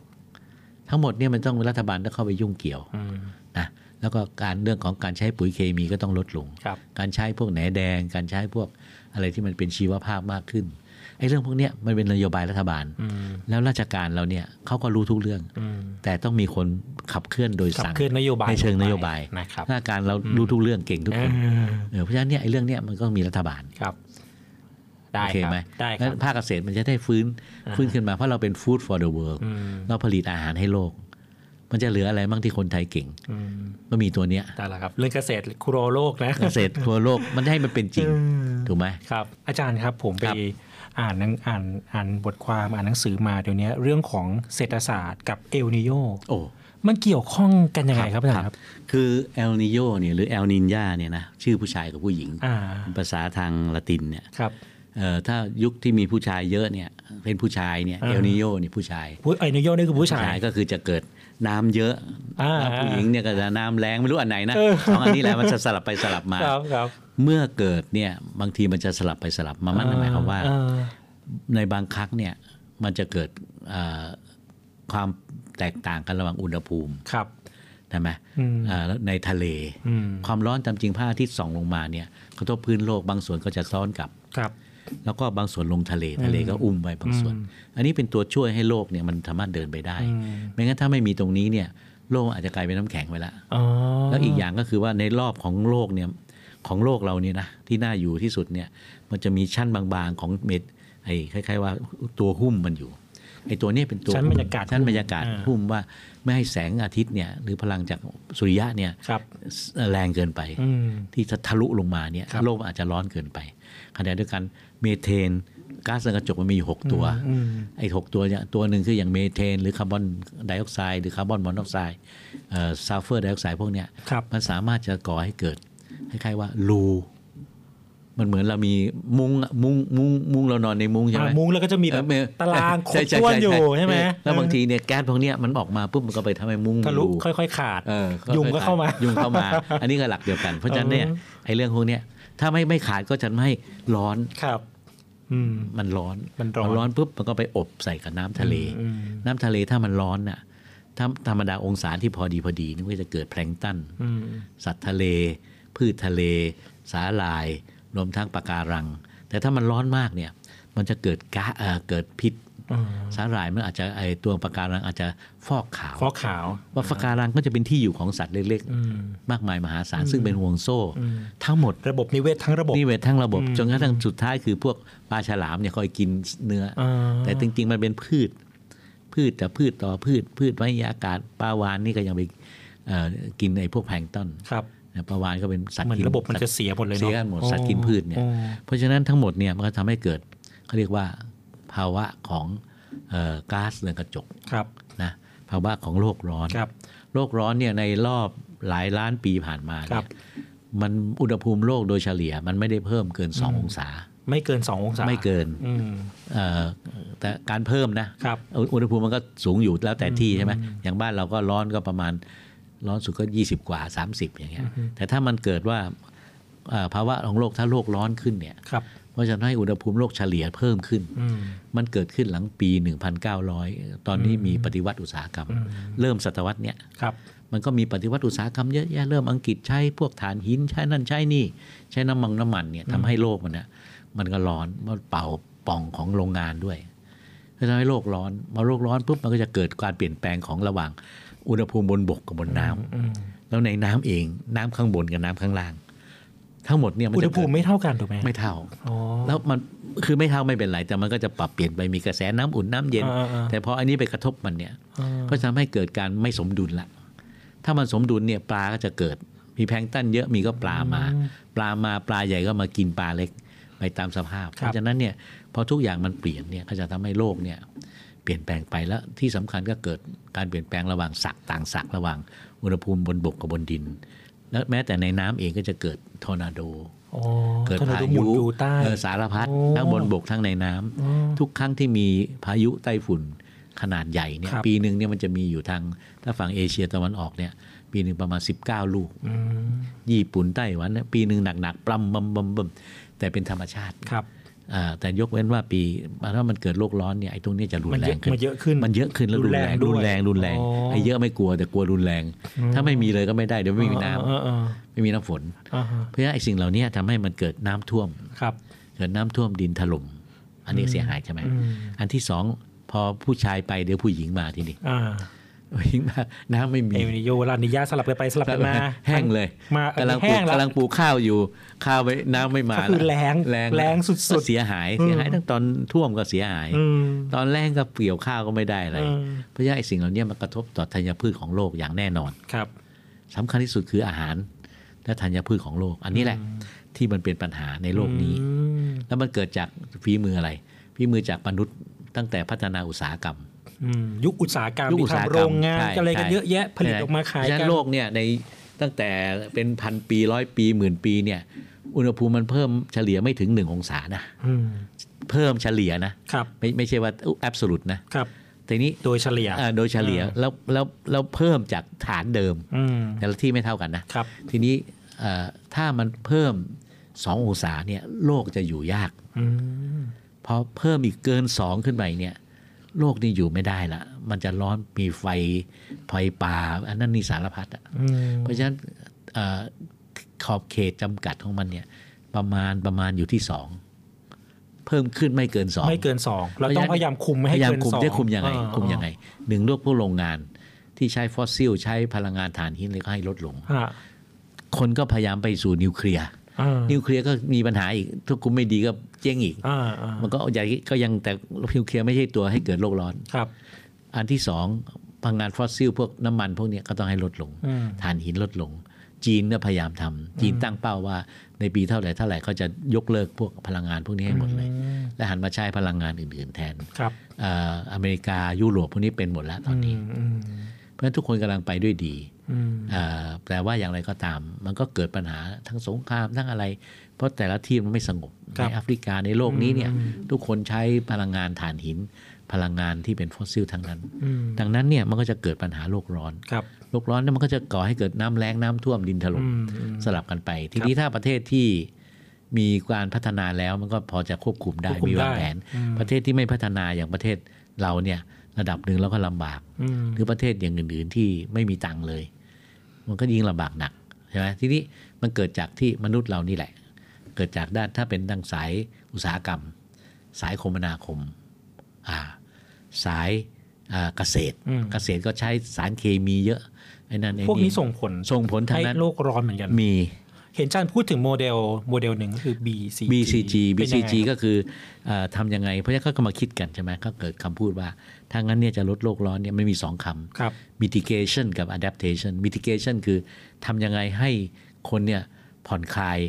ทั้งหมดเนี่ยมันต้องรัฐบาลต้องเข้าไปยุ่งเกี่ยวนะแล้วก็การเรื่องของการใช้ปุ๋ยเคมีก็ต้องลดลง ครับ การใช้พวกแหนแดง การใช้พวกอะไรที่มันเป็นชีวภาพมากขึ้นไอ้เรื่องพวกเนี้ยมันเป็นนโยบายรัฐบาล แล้วราชการเราเนี่ยเขาก็รู้ทุกเรื่อง แต่ต้องมีคนขับเคลื่อนโดยสั่ ขั ง บเคลื่อนนโยบาย ในเชิงนโยบาย นะครับ ชการเรารู้ทุกเรื่องเก่งทุกคน เออ เออเพราะฉะนั้นเนี่ยไอ้เรื่องเนี้ยมันก็มีรัฐบาล ครับ ได้ โอเค ครับ ไหม ได้ค งั้ รั น บ ภาคเกษตรมันจะได้ฟื้นฟื้นขึ้นมาเพราะเราเป็น food for the world อืม เราผลิตอาหารให้โลก มันจะเหลืออะไรบ้างที่คนไทยเก่ง อืม ก็มีตัวเนี้ย ได้แล้วครับ เรื่องเกษตรครัวโลกนะ เกษตรทั่วโลกมันให้มันเป็นจริง ถูกไหม ครับอาจารย์ครับผมไป ครับ อ่านหนังอ่านอ่านบทความอ่านหนังสือมาเดี๋ยวนี้เรื่องของเศรษฐศาสตร์กับเอลนิโย โอ้ มันเกี่ยวข้องกันยังไงครับอาจารย์ครับ คือเอลนิโยเนี่ยหรือเอลนินยาเนี่ยนะชื่อผู้ชายกับผู้หญิง อ่า ภาษาทางละตินเนี่ย ครับ เอ่อถ้ายุคที่มีผู้ชายเยอะเนี่ยเป็นผู้ชายเนี่ยเอลนิโยเนี่ยผู้ชาย ผู้เอลนิโยนี่คือผู้ชาย ก็คือจะเกิดน้ำเยอะ อ่า แล้วผู้หญิงเนี่ยก็จะน้ำแรงไม่รู้อันไหนนะ เออ สองอันนี้แหละมันจะสลับไปสลับมา ครับครับ เมื่อเกิดเนี่ยบางทีมันจะสลับไปสลับมามันหมายความว่า เออ ในบางครั้งเนี่ยมันจะเกิดเอ่อความแตกต่างกันระหว่างอุณหภูมิ ครับ ใช่ไหม อืม เอ่อแล้วในทะเล อืม ความร้อนตามจริงพระอาทิตย์ส่องลงมาเนี่ยกระทบพื้นโลกบางส่วนก็จะซ้อนกลับ ครับ แล้วก็บางส่วนลงทะเลทะเลก็อุ้มไว้บางส่วน อันนี้เป็นตัวช่วยให้โลกเนี่ยมันสามารถเดินไปได้ ไม่งั้นถ้าไม่มีตรงนี้เนี่ยโลกอาจจะกลายเป็นน้ำแข็งไปละ อ๋อ แล้วอีกอย่างก็คือว่าในรอบของโลกเนี่ยของโลกเราเนี่ยนะที่น่าอยู่ที่สุดเนี่ยมันจะมีชั้นบางๆของเม็ดไอ้คล้ายๆว่าตัวหุ้มมันอยู่ไอ้ตัวเนี้เป็นตัว ชั้นบรรยากาศ ชั้นบรรยากาศ อ่า หุ้มว่าไม่ให้แสงอาทิตย์เนี่ยหรือพลังจากสุริยะเนี่ย ครับ แรงเกินไป อืม ที่จะทะลุลงมาเนี่ย ครับ โลกมันอาจจะร้อนเกินไปขณะเดียวกันเมเทนก๊าซเรือนกระจกมันมีอยู่หกตัว อืม ไอ้หกตัวเนี่ยตัวหนึ่งคืออย่างเมเทน หรือคาร์บอนไดออกไซด์หรือคาร์บอนมอนอกไซด์ซัลเฟอร์ไดออกไซด์พวกเนี้ย ครับ มันสามารถจะก่อให้เกิดคล้ายๆว่ารูมันเหมือนเรามีมุ้งอะมุ้งมุ้งมุ้งเรานอนในมุ้งใช่ไหม อ่ามุ้งแล้วก็จะมีแบ เอ่อบ เอ่อ ตารางคร ใช่ บ ใช่ ถ้วนอยู่ใช่ไหม แล้วบางทีเนี่ยแก๊สพวกเนี้ยมันออกมาปุ๊บมันก็ไปทำให้มุ้ง ทะลุ รู ค่อย ๆ ขาด เออ ยุงก็เข้ามา ยุงเข้ามา อันนี้ก็หลักเดียวกัน เพราะฉะนั้นเนี่ยไอ้เรื่องพวกเนี้ยถ้าไม่ไม่ขาดก็จะไม่ร้อน ครับ อืม มันร้อน มันร้อน ร้อนปุ๊บมันก็ไปอบใส่กับน้ำทะเล อืมอืม น้ำทะเลถ้ามันร้อนน่ะถ้าธรรมดาองศาที่พอดีพอดีนี่ก็จะเกิดแพลงก์ตัน อืม สัตว์ทะเล พืชทะเล สาหร่าย รวมทั้งปะการัง แต่ถ้ามันร้อนมากเนี่ย มันจะเกิดก๊าเอ่อเกิดพิษ อืม สาหร่ายมันอาจจะไอตัวปะการังอาจจะฟอกขาว ฟอกขาว ว่าปะการังก็จะเป็นที่อยู่ของสัตว์เล็กๆ มากมายมหาศาลซึ่งเป็นห่วงโซ่ ทั้งหมด ระบบนิเวศทั้งระบบ นี่เวททั้งระบบจนกระทั่งสุดท้ายคือพวกปลาฉลามเนี่ยคอยกินเนื้ออ อ แต่จริงๆ มันเป็นพืช พืชแต่พืชต่อพืช พืชไว้ในอากาศปลาวานนี่ก็ยังไปเอ่อกินไอ้พวกแพลงก์ต้น ครับ นะปลาวานก็เป็นสัตว์ เหมือน กิ ระบบมัน สัตว์ จะเสียหมดเลยเนาะ เสียกันหมด อ๋อ สัตว์กินพืชเนี่ย อ๋อ เพราะฉะนั้นทั้งหมดเนี่ยมันก็ทำให้เกิดเขาเรียกว่าภาวะของเอ่อก๊าซเรือนกระจก ครับ นะภาวะของโลกร้อน ครับ โลกร้อนเนี่ยในรอบหลายล้านปีผ่านมา ครั เนี่ย บ มันอุณหภูมิโลกโดยเฉลี่ยมันไม่ได้เพิ่มเกิน 2 องศา ไม่เกินสององศา ไม่เกิน อืม เอ่อแต่การเพิ่มนะครับ อุณหภูมิมันก็สูงอยู่แล้วแต่ที่ใช่ไหมอย่างบ้านเราก็ร้อนก็ประมาณร้อนสุดก็ 20 กว่า 30 อย่างเงี้ยแต่ถ้ามันเกิดว่า อ่าภาวะของโลกถ้าโลกร้อนขึ้นเนี่ย ครับ เพราะฉะนั้นให้อุณหภูมิโลกเฉลี่ยเพิ่มขึ้น อืม มันเกิดขึ้นหลังปี 1900 ตอนนี้มีปฏิวัติอุตสาหกรรม อืม เริ่มศตวรรษเนี้ย ครับ มันก็มีปฏิวัติอุตสาหกรรมเยอะแยะเริ่มอังกฤษใช้พวกถ่านหินใช้นั่นใช้นี่ ใช้น้ำมันน้ำมันเนี่ยทำให้โลกมันเนี่ยมันก็ร้อนมันเป่าป่องของโรงงานด้วยก็ทำให้โลกร้อนมาโลกร้อนปุ๊บมันก็จะเกิดการเปลี่ยนแปลงของระหว่างอุณหภูมิบนบกกับบนน้ำ อืม แล้วในน้ำเองน้ำข้างบนกับน้ำข้างล่าง ทั้งหมดเนี่ยมัน อุณห จะ ภู เกิด มิไม่เท่ากันถูกไหม ไม่เท่า อ๋อ แล้วมันคือไม่เท่าไม่เป็นไร แต่มันก็จะปรับเปลี่ยนไปมีกระแสน้ำอุ่นน้ำเย็น อ่าอ่า แต่พออันนี้ไปกระทบมันเนี่ย อ่า ก็จะทำให้เกิดการไม่สมดุลละ ถ้ามันสมดุลเนี่ยปลาก็จะเกิด มีแพลงก์ตันเยอะมีก็ปลามา ปลามาปลาใหญ่ก็มากินปลาเล็กไปตามสภาพ ครับ เพราะฉะนั้นเนี่ยพอทุกอย่างมันเปลี่ยนเนี่ยก็จะทำให้โลกเนี่ยเปลี่ยนแปลงไปแล้วที่สำคัญก็เกิดการเปลี่ยนแปลงระหว่างสักต่างสักระหว่างอุณหภูมิบนบกกับบนดิน และแม้แต่ในน้ำเองก็จะเกิดทอร์นาโด อ๋อ เกิด ทอร์นา พา โดหมุ ยุ นอยู่ใต้ เออสารพัด โอ้ ทั้งบนบกทั้งในน้ำทุกครั้งที่มีพายุไต้ฝุ่นขนาดใหญ่เนี่ย ครับ ปีหนึ่งเนี่ยมันจะมีอยู่ทางถ้าฝั่งเอเชียตะวันออกเนี่ยปีหนึ่งประมาณ 19 ลูก อืม ญี่ปุ่นไต้หวันเนี่ยปีหนึ่งหนักๆปลัมบัมบัมบัมแต่เป็นธรรมชาติ ครับ อ่าแต่ยกเว้นว่าปีถ้ามันเกิดโลกร้อนเนี่ยไอ้ตรงเนี้ยจะรุนแรงขึ้น มันเยอะขึ้น มันเยอะขึ้นแล้วรุนแรง รุ รุ น น แร แรง ง ด้วย รุนแรง อ๋อ ไอ้เยอะไม่กลัวแต่กลัวรุนแรง ถ้าไม่มีเลยก็ไม่ได้เดี๋ยวไม่มีน้ำ เออเออ ไม่มีน้ำฝน เอออ่าฮะ เพราะฉะนั้นไอ้สิ่งเหล่านี้ทำให้มันเกิดน้ำท่วม ครับ เกิดน้ำท่วมดินถล่มอันนี้เสียหายใช่ไหม อืม อันที่สองพอผู้ชายไปเดี๋ยวผู้ห ญิงมาที่นี่ อ่า ผู้หญิงมาน้ำไม่มี เอมินิโยลานิยาสลับกันไปสลับกันมา แห้งเลย มาเออก ำลังป แห้ ลูก งแล้ว กำลังปลูกข้าวอยู่ข้าวไม่น้ำไม่มา ก็คือแล้ง แรง แล้งสุดๆ ก็เสียหายเสียหาย อืม ทั้งตอนท่วมก็เสียหาย อืม ตอนแรงก็เกี่ยวข้าวก็ไม่ได้อะไร อืม เพราะฉะนั้นไอ้สิ่งเหล่านี้มันกระทบต่อธัญพืชของโลกอย่างแน่นอน ครับ สำคัญที่สุดคืออาหารและธัญพืชของโลก อันนี้แหละที่มันเป็นปัญหาในโลกนี้ อืม แล้วมันเกิดจากฝีมืออะไรฝีมือจากมนุษย์ตั้งแต่พัฒนาอุตสาหกรรม อืมยุคอุตสาหกรรม ยุคอุตสาห ที่ ก ทำ ร โร รม งงาน ใช่ อะไรกัน ใช่ เยอะแยะผลิตออกมาขาย เพระกัฉะน นั้นโลกเนี่ยในตั้งแต่เป็นพันปีร้อยปีหมื่นปีเนี่ยอุณหภูมิมันเพิ่มเฉลี่ยไม่ถึงหนึ่งองศานะ อืม เพิ่มเฉลี่ยนะครับ ไม่ไม่ใช่ว่าแอบสูตนะครับ แต่นี้ โดยเฉลี่ย เอ่อโดยเฉลี่ยแล้วแล้วแล้วเพิ่มจากฐานเดิม อืม แต่ละที่ไม่เท่ากันนะ ครับ ทีนี้เอ่อถ้ามันเพิ่ม 2 องศาเนี่ยโลกจะอยู่ยาก อืม พอเพิ่มอีกเกิน 2 ขึ้นไปเนี่ยโลกนี่อยู่ไม่ได้ละ มันจะร้อนมีไฟไฟป่าอันนั้นนี่สารพัดอะ อืม เพราะฉะนั้นเออขอบเขตจำกัดของมันเนี่ยประมาณประมาณอยู่ที่ 2 เพิ่มขึ้นไม่เกิน 2 ไม่เกินสองเราต้องพยายามคุมไม่ให้ พยายาม เกิน คุม สอง จะคุมยังไง อ่า คุมยังไงหนึ่งโลกผู้โรงงานที่ใช้ฟอสซิล ใช้พลังงานถ่านหินเลยก็ให้ลดลง อ่า คนก็พยายามไปสู่นิวเคลียร์ อ่า นิวเคลียร์ก็มีปัญหาอีกถ้าคุมไม่ดีก็เจ๊งอีก อ่าอ่า มันก็ใหญ่ก็ยังแต่นิวเคลียร์ไม่ใช่ตัวให้เกิดโลกร้อน ครับ อันที่สองพลังงานฟอสซิลพวกน้ำมันพวกเนี้ยก็ต้องให้ลดลง อืม ถ่านหินลดลง จีนก็พยายามทำจีนตั้งเป้าว่าในปีเท่าไหร่เท่าไหร่เขาจะยกเลิกพวกพลังงานพวกนี้ให้หมดเลย และหันมาใช้พลังงานอื่น ๆ แทน ครับ เอ่ออเมริกายุโรปพวกนี้เป็นหมดแล้วตอนนี้ อืมอืม เพราะฉะนั้นทุกคนกำลังไปด้วยดี อืม เอ่อแต่ว่าอย่างไรก็ตาม มันก็เกิดปัญหาทั้งสงครามทั้งอะไร เพราะแต่ละที่มันไม่สงบ ครั ใน บ แอฟริกาในโลกนี้เนี่ยทุกคนใช้พลังงานถ่านหิน พลังงานที่เป็นฟอสซิลทั้งนั้น อืม ดังนั้นเนี่ยมันก็จะเกิดปัญหาโลกร้อน ครับ โลกร้อนเนี่ยมันก็จะก่อให้เกิดน้ำแรงน้ำท่วมดินถล่ อื ม มอืม สลับกันไป ทีนี้ถ้าประเทศที่มีการพัฒนาแล้วมันก็พอจะควบคุมได้ ควบคุม มีวาง ได้ แผน อืม ประเทศที่ไม่พัฒนาอย่างประเทศเราเนี่ยระดับหนึ่งแล้วก็ลำบาก อืม หรือประเทศอย่างอื่นๆที่ไม่มีตังค์เลย มันก็ยิ่งลำบากหนักใช่ไหมทีนี้มันเกิดจากที่มนุษย์เรานี่แหละ เกิดจากด้านถ้าเป็นดังสายอุตสาหกรรม สายคมนาคมอ่าสายอ่าเกษตร อืม เกษตรก็ใช้สารเคมีเยอะไอ้นั่นไอ้ พวกนี้ส่งผล ส่งผลทาง ให้ นั้น โลกร้อนเหมือนกัน มี เห็นอาจารย์พูดถึงโมเดลโมเดลหนึ่งก็คือ BCG BCG เป็นยังไง BCG ก็คือเอ่อทำยังไง เพราะฉะนั้นเขาก็มาคิดกันใช่ไหมก็เกิดคำพูดว่าถ้างั้นเนี่ยจะลดโลกร้อนเนี่ยมันมีสองคำ ครับ mitigation กับ adaptation mitigation คือทำยังไงให้คนเนี่ยผ่อนคลาย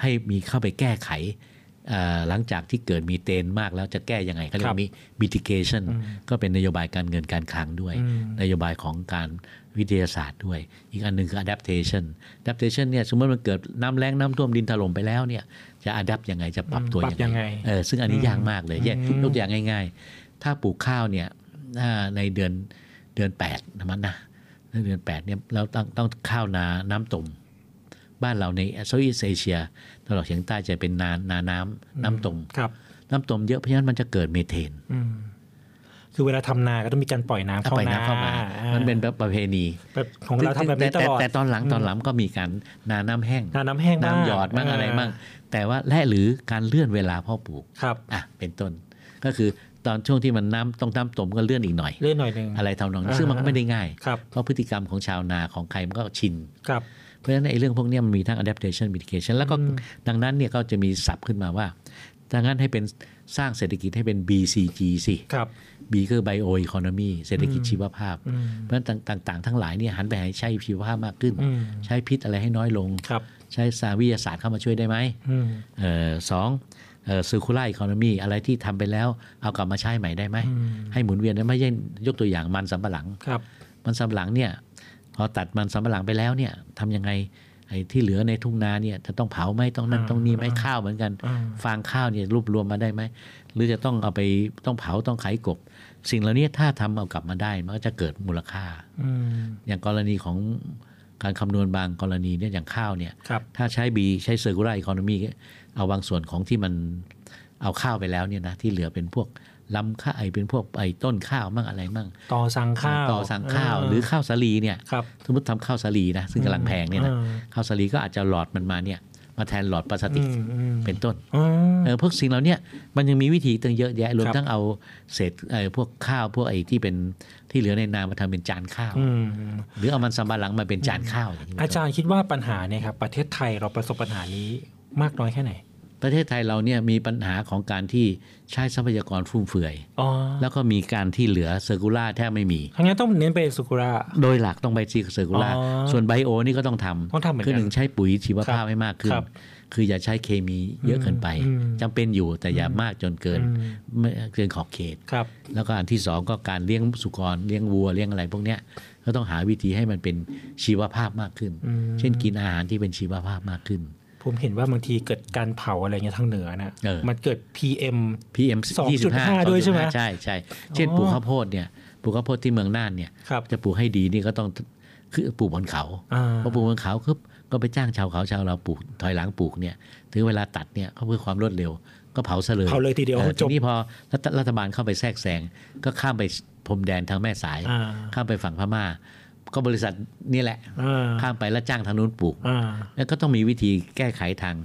ให้มีเข้าไปแก้ไขเอ่อหลังจากที่เกิดมีเตนมากแล้วจะแก้ยังไงเขาเรียกว่ามี mitigation ก็เป็นนโยบายการเงินการคลังด้วย อืม นโยบายของการวิทยาศาสตร์ด้วย อีกอันหนึ่งคือ adaptation adaptation เนี่ยสมมติมันเกิดน้ำแล้งน้ำท่วมดินถล่มไปแล้วเนี่ยจะ adapt ยังไงจะปรับตัว อืมปรับยังไง เออซึ่งอันนี้ยากมากเลยแยก อืม ยกตัวอย่างง่าย ๆ ถ้าปลูกข้าวเนี่ยอ่าในเดือน เดือนแปดนะมันนะเดือนแปดเนี่ยเราต้องต้องข้าวนาน้ำตม บ้านเราในโซนอีสเอเชียตะวันออกเฉียงใต้จะเป็นนานาน้ำน้ำตม ครับ น้ำตมเยอะเพราะฉะนั้นมันจะเกิดเมเทน อืมคือเวลาทำนาก็ต้องมีการปล่อยน้ำ ถ้า เข้า ไป นา น้ำเข้ามา มันเป็นแบบประเพณี แบบของเราทำแบบนี้ตลอด แแต่ตอนหลังตอนหลังก็มีการนาน้ำแห้ง นาน้ำแห้งบ้าง น้ำหยอดบ้าง อ่า อะไรบ้างแต่ว่าและหรือการเลื่อนเวลาพ่อปลูก ครับ อ่ะเป็นต้น ก็คือตอนช่วงที่มันน้ำต้องน้ำตมก็เลื่อนอีกหน่อย เลื่อนหน่อยหนึ่ง อะไรทำนองนั้ อ่าน ซึ่งมันก็ไม่ได้ง่าย ครับ เพราะพฤติกรรมของชาวนาของใครมันก็ชิน ครับ เพราะฉะนั้นไอ้เรื่องพวกเนี้ยมันมีทั้ง adaptation mitigation แล้วก็ดังนั้นเนี่ยก็จะมีศัพท์ขึ้นมาว่าดังนั้นให้เป็นสร้างเศรษฐกิจให้เป็น BCG สิ ครับ B คือ bio economy เศรษฐกิจชีวภาพ อืม เพราะฉะนั้นต่างๆ ทั้งหลายเนี่ยหันไปให้ใช้ชีวภาพมากขึ้น อืม ใช้พิษอะไรให้น้อยลง ครับ ใช้สารวิทยาศาสตร์เข้ามาช่วยได้ไหม อืม เออสองเออ circular economy อะไรที่ทำไปแล้วเอากลับมาใช้ใหม่ได้ไหม อืม ให้หมุนเวียนได้ไหมไม่ใช่ยกตัวอย่างมันสำปะหลัง ครับ มันสำปะหลังเนี่ยพอตัดมันสำปะหลังไปแล้วเนี่ยทำยังไงไอ้ที่เหลือในทุ่งนาเนี่ยจะต้องเผาไหมต้องนั่น อ่า ต้องนี่ไหมข้าวเหมือนกัน อ่า ฟางข้าวเนี่ยรวบรวมมาได้ไหมหรือจะต้องเอาไปต้องเผาต้องไขกบ สิ่งเหล่านี้ถ้าทำเอากลับมาได้มันก็จะเกิดมูลค่า อืม อย่างกรณีของการคำนวณบางกรณีเนี่ยอย่างข้าวเนี่ย ครับ ถ้าใช้ B ใช้ circular economy เอาบางส่วนของที่มันเอาข้าวไปแล้วเนี่ยนะที่เหลือเป็นพวกลำข้าวไอเป็นพวกไอต้นข้าวมั่งอะไรมั่ง ต่อสั่งข้าว ต่อสั่งข้าวหรือข้าวสาลีเนี่ย ครับ สมมติทำข้าวสาลีนะซึ่งกำลังแพงเนี่ยนะ อืม ข้าวสาลีก็อาจจะหลอดมันมาเนี่ยมาแทนหลอดพลาสติก อืมอืม เป็นต้น อ๋อ เออพวกสิ่งเหล่าเนี้ยมันยังมีวิธีตั้งเยอะแยะรวม ครับ ทั้งเอาเศษเอ่อพวกข้าวพวกไอ้ที่เป็นที่เหลือในนามาทำเป็นจานข้าว อืม หรือเอามันสำปะหลังมาเป็นจานข้าวอย่างนี้ อาจารย์คิดว่าปัญหาเนี่ยครับประเทศไทยเราประสบปัญหานี้มากน้อยแค่ไหน ประเทศไทยเราเนี่ยมีปัญหาของการที่ใช้ทรัพยากรฟุ่มเฟือย อ๋อ แล้วก็มีการที่เหลือเซอร์คูล่าแทบไม่มี ทั้งนั้นต้องเน้นไปสุกุระ โดยหลักต้องไปซีเซอร์คูล่า อ๋อ ส่วนไบโอนี่ก็ต้องทำ ต้องทำเหมือนกัน คือหนึ่งใช้ปุ๋ยชีวครัภาพ บ ให้มากขึ้น ครับ คืออย่าใช้เคมีเยอะเกินไป อืม จำเป็นอยู่แต่อย่ามากจนเกิน อืม ไม่เกินขอบเขต ครับ แล้วก็อันที่สองก็การเลี้ยงสุกรเลี้ยงวัวเลี้ยงอะไรพวกเนี้ยก็ต้องหาวิธีให้มันเป็นชีวภาพมากขึ้น อืม เช่นกินอาหารที่เป็นชีวภาพมากขึ้น ผมเห็นว่าบางทีเกิดการเผาอะไรเงี้ยทางเหนือนะ เออ มันเกิด PM PM 2.5ด้วยใช่ไหม ใช่ใช่เช่นปลูกข้าวโพดเนี่ยปลูกข้าวโพดที่เมืองน่านเนี่ย ครับ จะปลูกให้ดีนี่ก็ต้องคือปลูกบนเขา อ่า พอปลูกบนเขาก็ก็ไปจ้างชาวเขาชาวเราปลูกถอยหลังปลูกเนี่ยถึงเวลาตัดเนี่ยก็เพื่อความรวดเร็ว ก็เผาซะเลย เผาเลยทีเดียว ออ จ ที บ นี้พอรัฐรัฐบาลเข้าไปแทรกแซงก็ข้ามไปพรมแดนทางแม่สาย อ่า ข้ามไปฝั่งพม่า ก็บริษัทนี่แหละ อ่า ข้ามไปแล้วจ้างทางนู้นปลูก อ่า แล้วก็ต้องมีวิธีแก้ไขทาง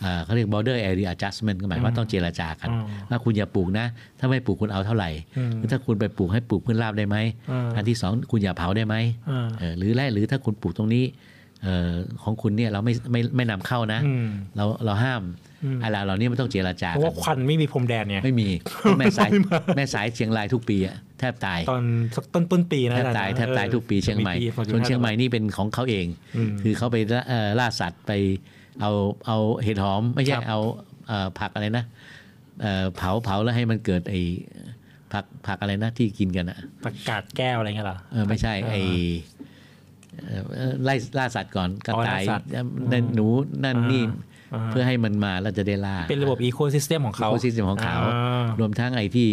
เอ่อเขาเรียก border area adjustment ก็หมายว่าต้องเจราจากัน อืม ว่าคุณอย่าปลูกนะ ถ้าไม่ปลูกคุณเอาเท่าไหร่ อืม หรือถ้าคุณไปปลูกให้ปลูกพืชราบได้ไหม อืม นที่สองคุณอย่าเผาได้ไหม อืม เอ่อหรือแรกหรือถ้าคุณปลูกตรงนี้เอ่อของคุณเนี่ยเราไม่ไม่ไม่นำเข้านะ อืม เราเราห้าม อืม อะไรเหล่านี้มันต้องเจราจา เพราะ กั ว่าควันไม่มีพรมแดนเนี่ย ไม่มีแม่สาย ไม่มา แม่สายเชียงรายทุกปีอะแทบตาย ตอนสักต้นต้นปีนะ แทบ อจร ตาย นะ แทบตาย ออ ทุกปีเชียงใหม่ จะปี ส่วนเชียงใหม่ 25 นี่เป็นของเขาเอง อืม คือเขาไปล่าเอ่อล่าสัตว์ไปเอาเอาเห็ดหอมไม่ใช่ ครับ เอาเอ่อผักอะไรนะเอ่อเผาเผาแล้วให้มันเกิดไอ้ผักผักอะไรนะที่กินกันอะ ประกาศแก้วอะไรเงี้ยเหรอ เออไม่ใช่ไอ้เอ่อไล่ล่าสัตว์ก่อนกระ อ๋อ ต่าย ล่าสัตว์ นั่นหนูนั่นนี่ อ่า เพื่อให้มันมาแล้วจะได้ล่า เป็นระบบอีโคซิสเต็มของเขา โคซิสเต็มของเขา อ่าร รวมทั้งไอ้ที่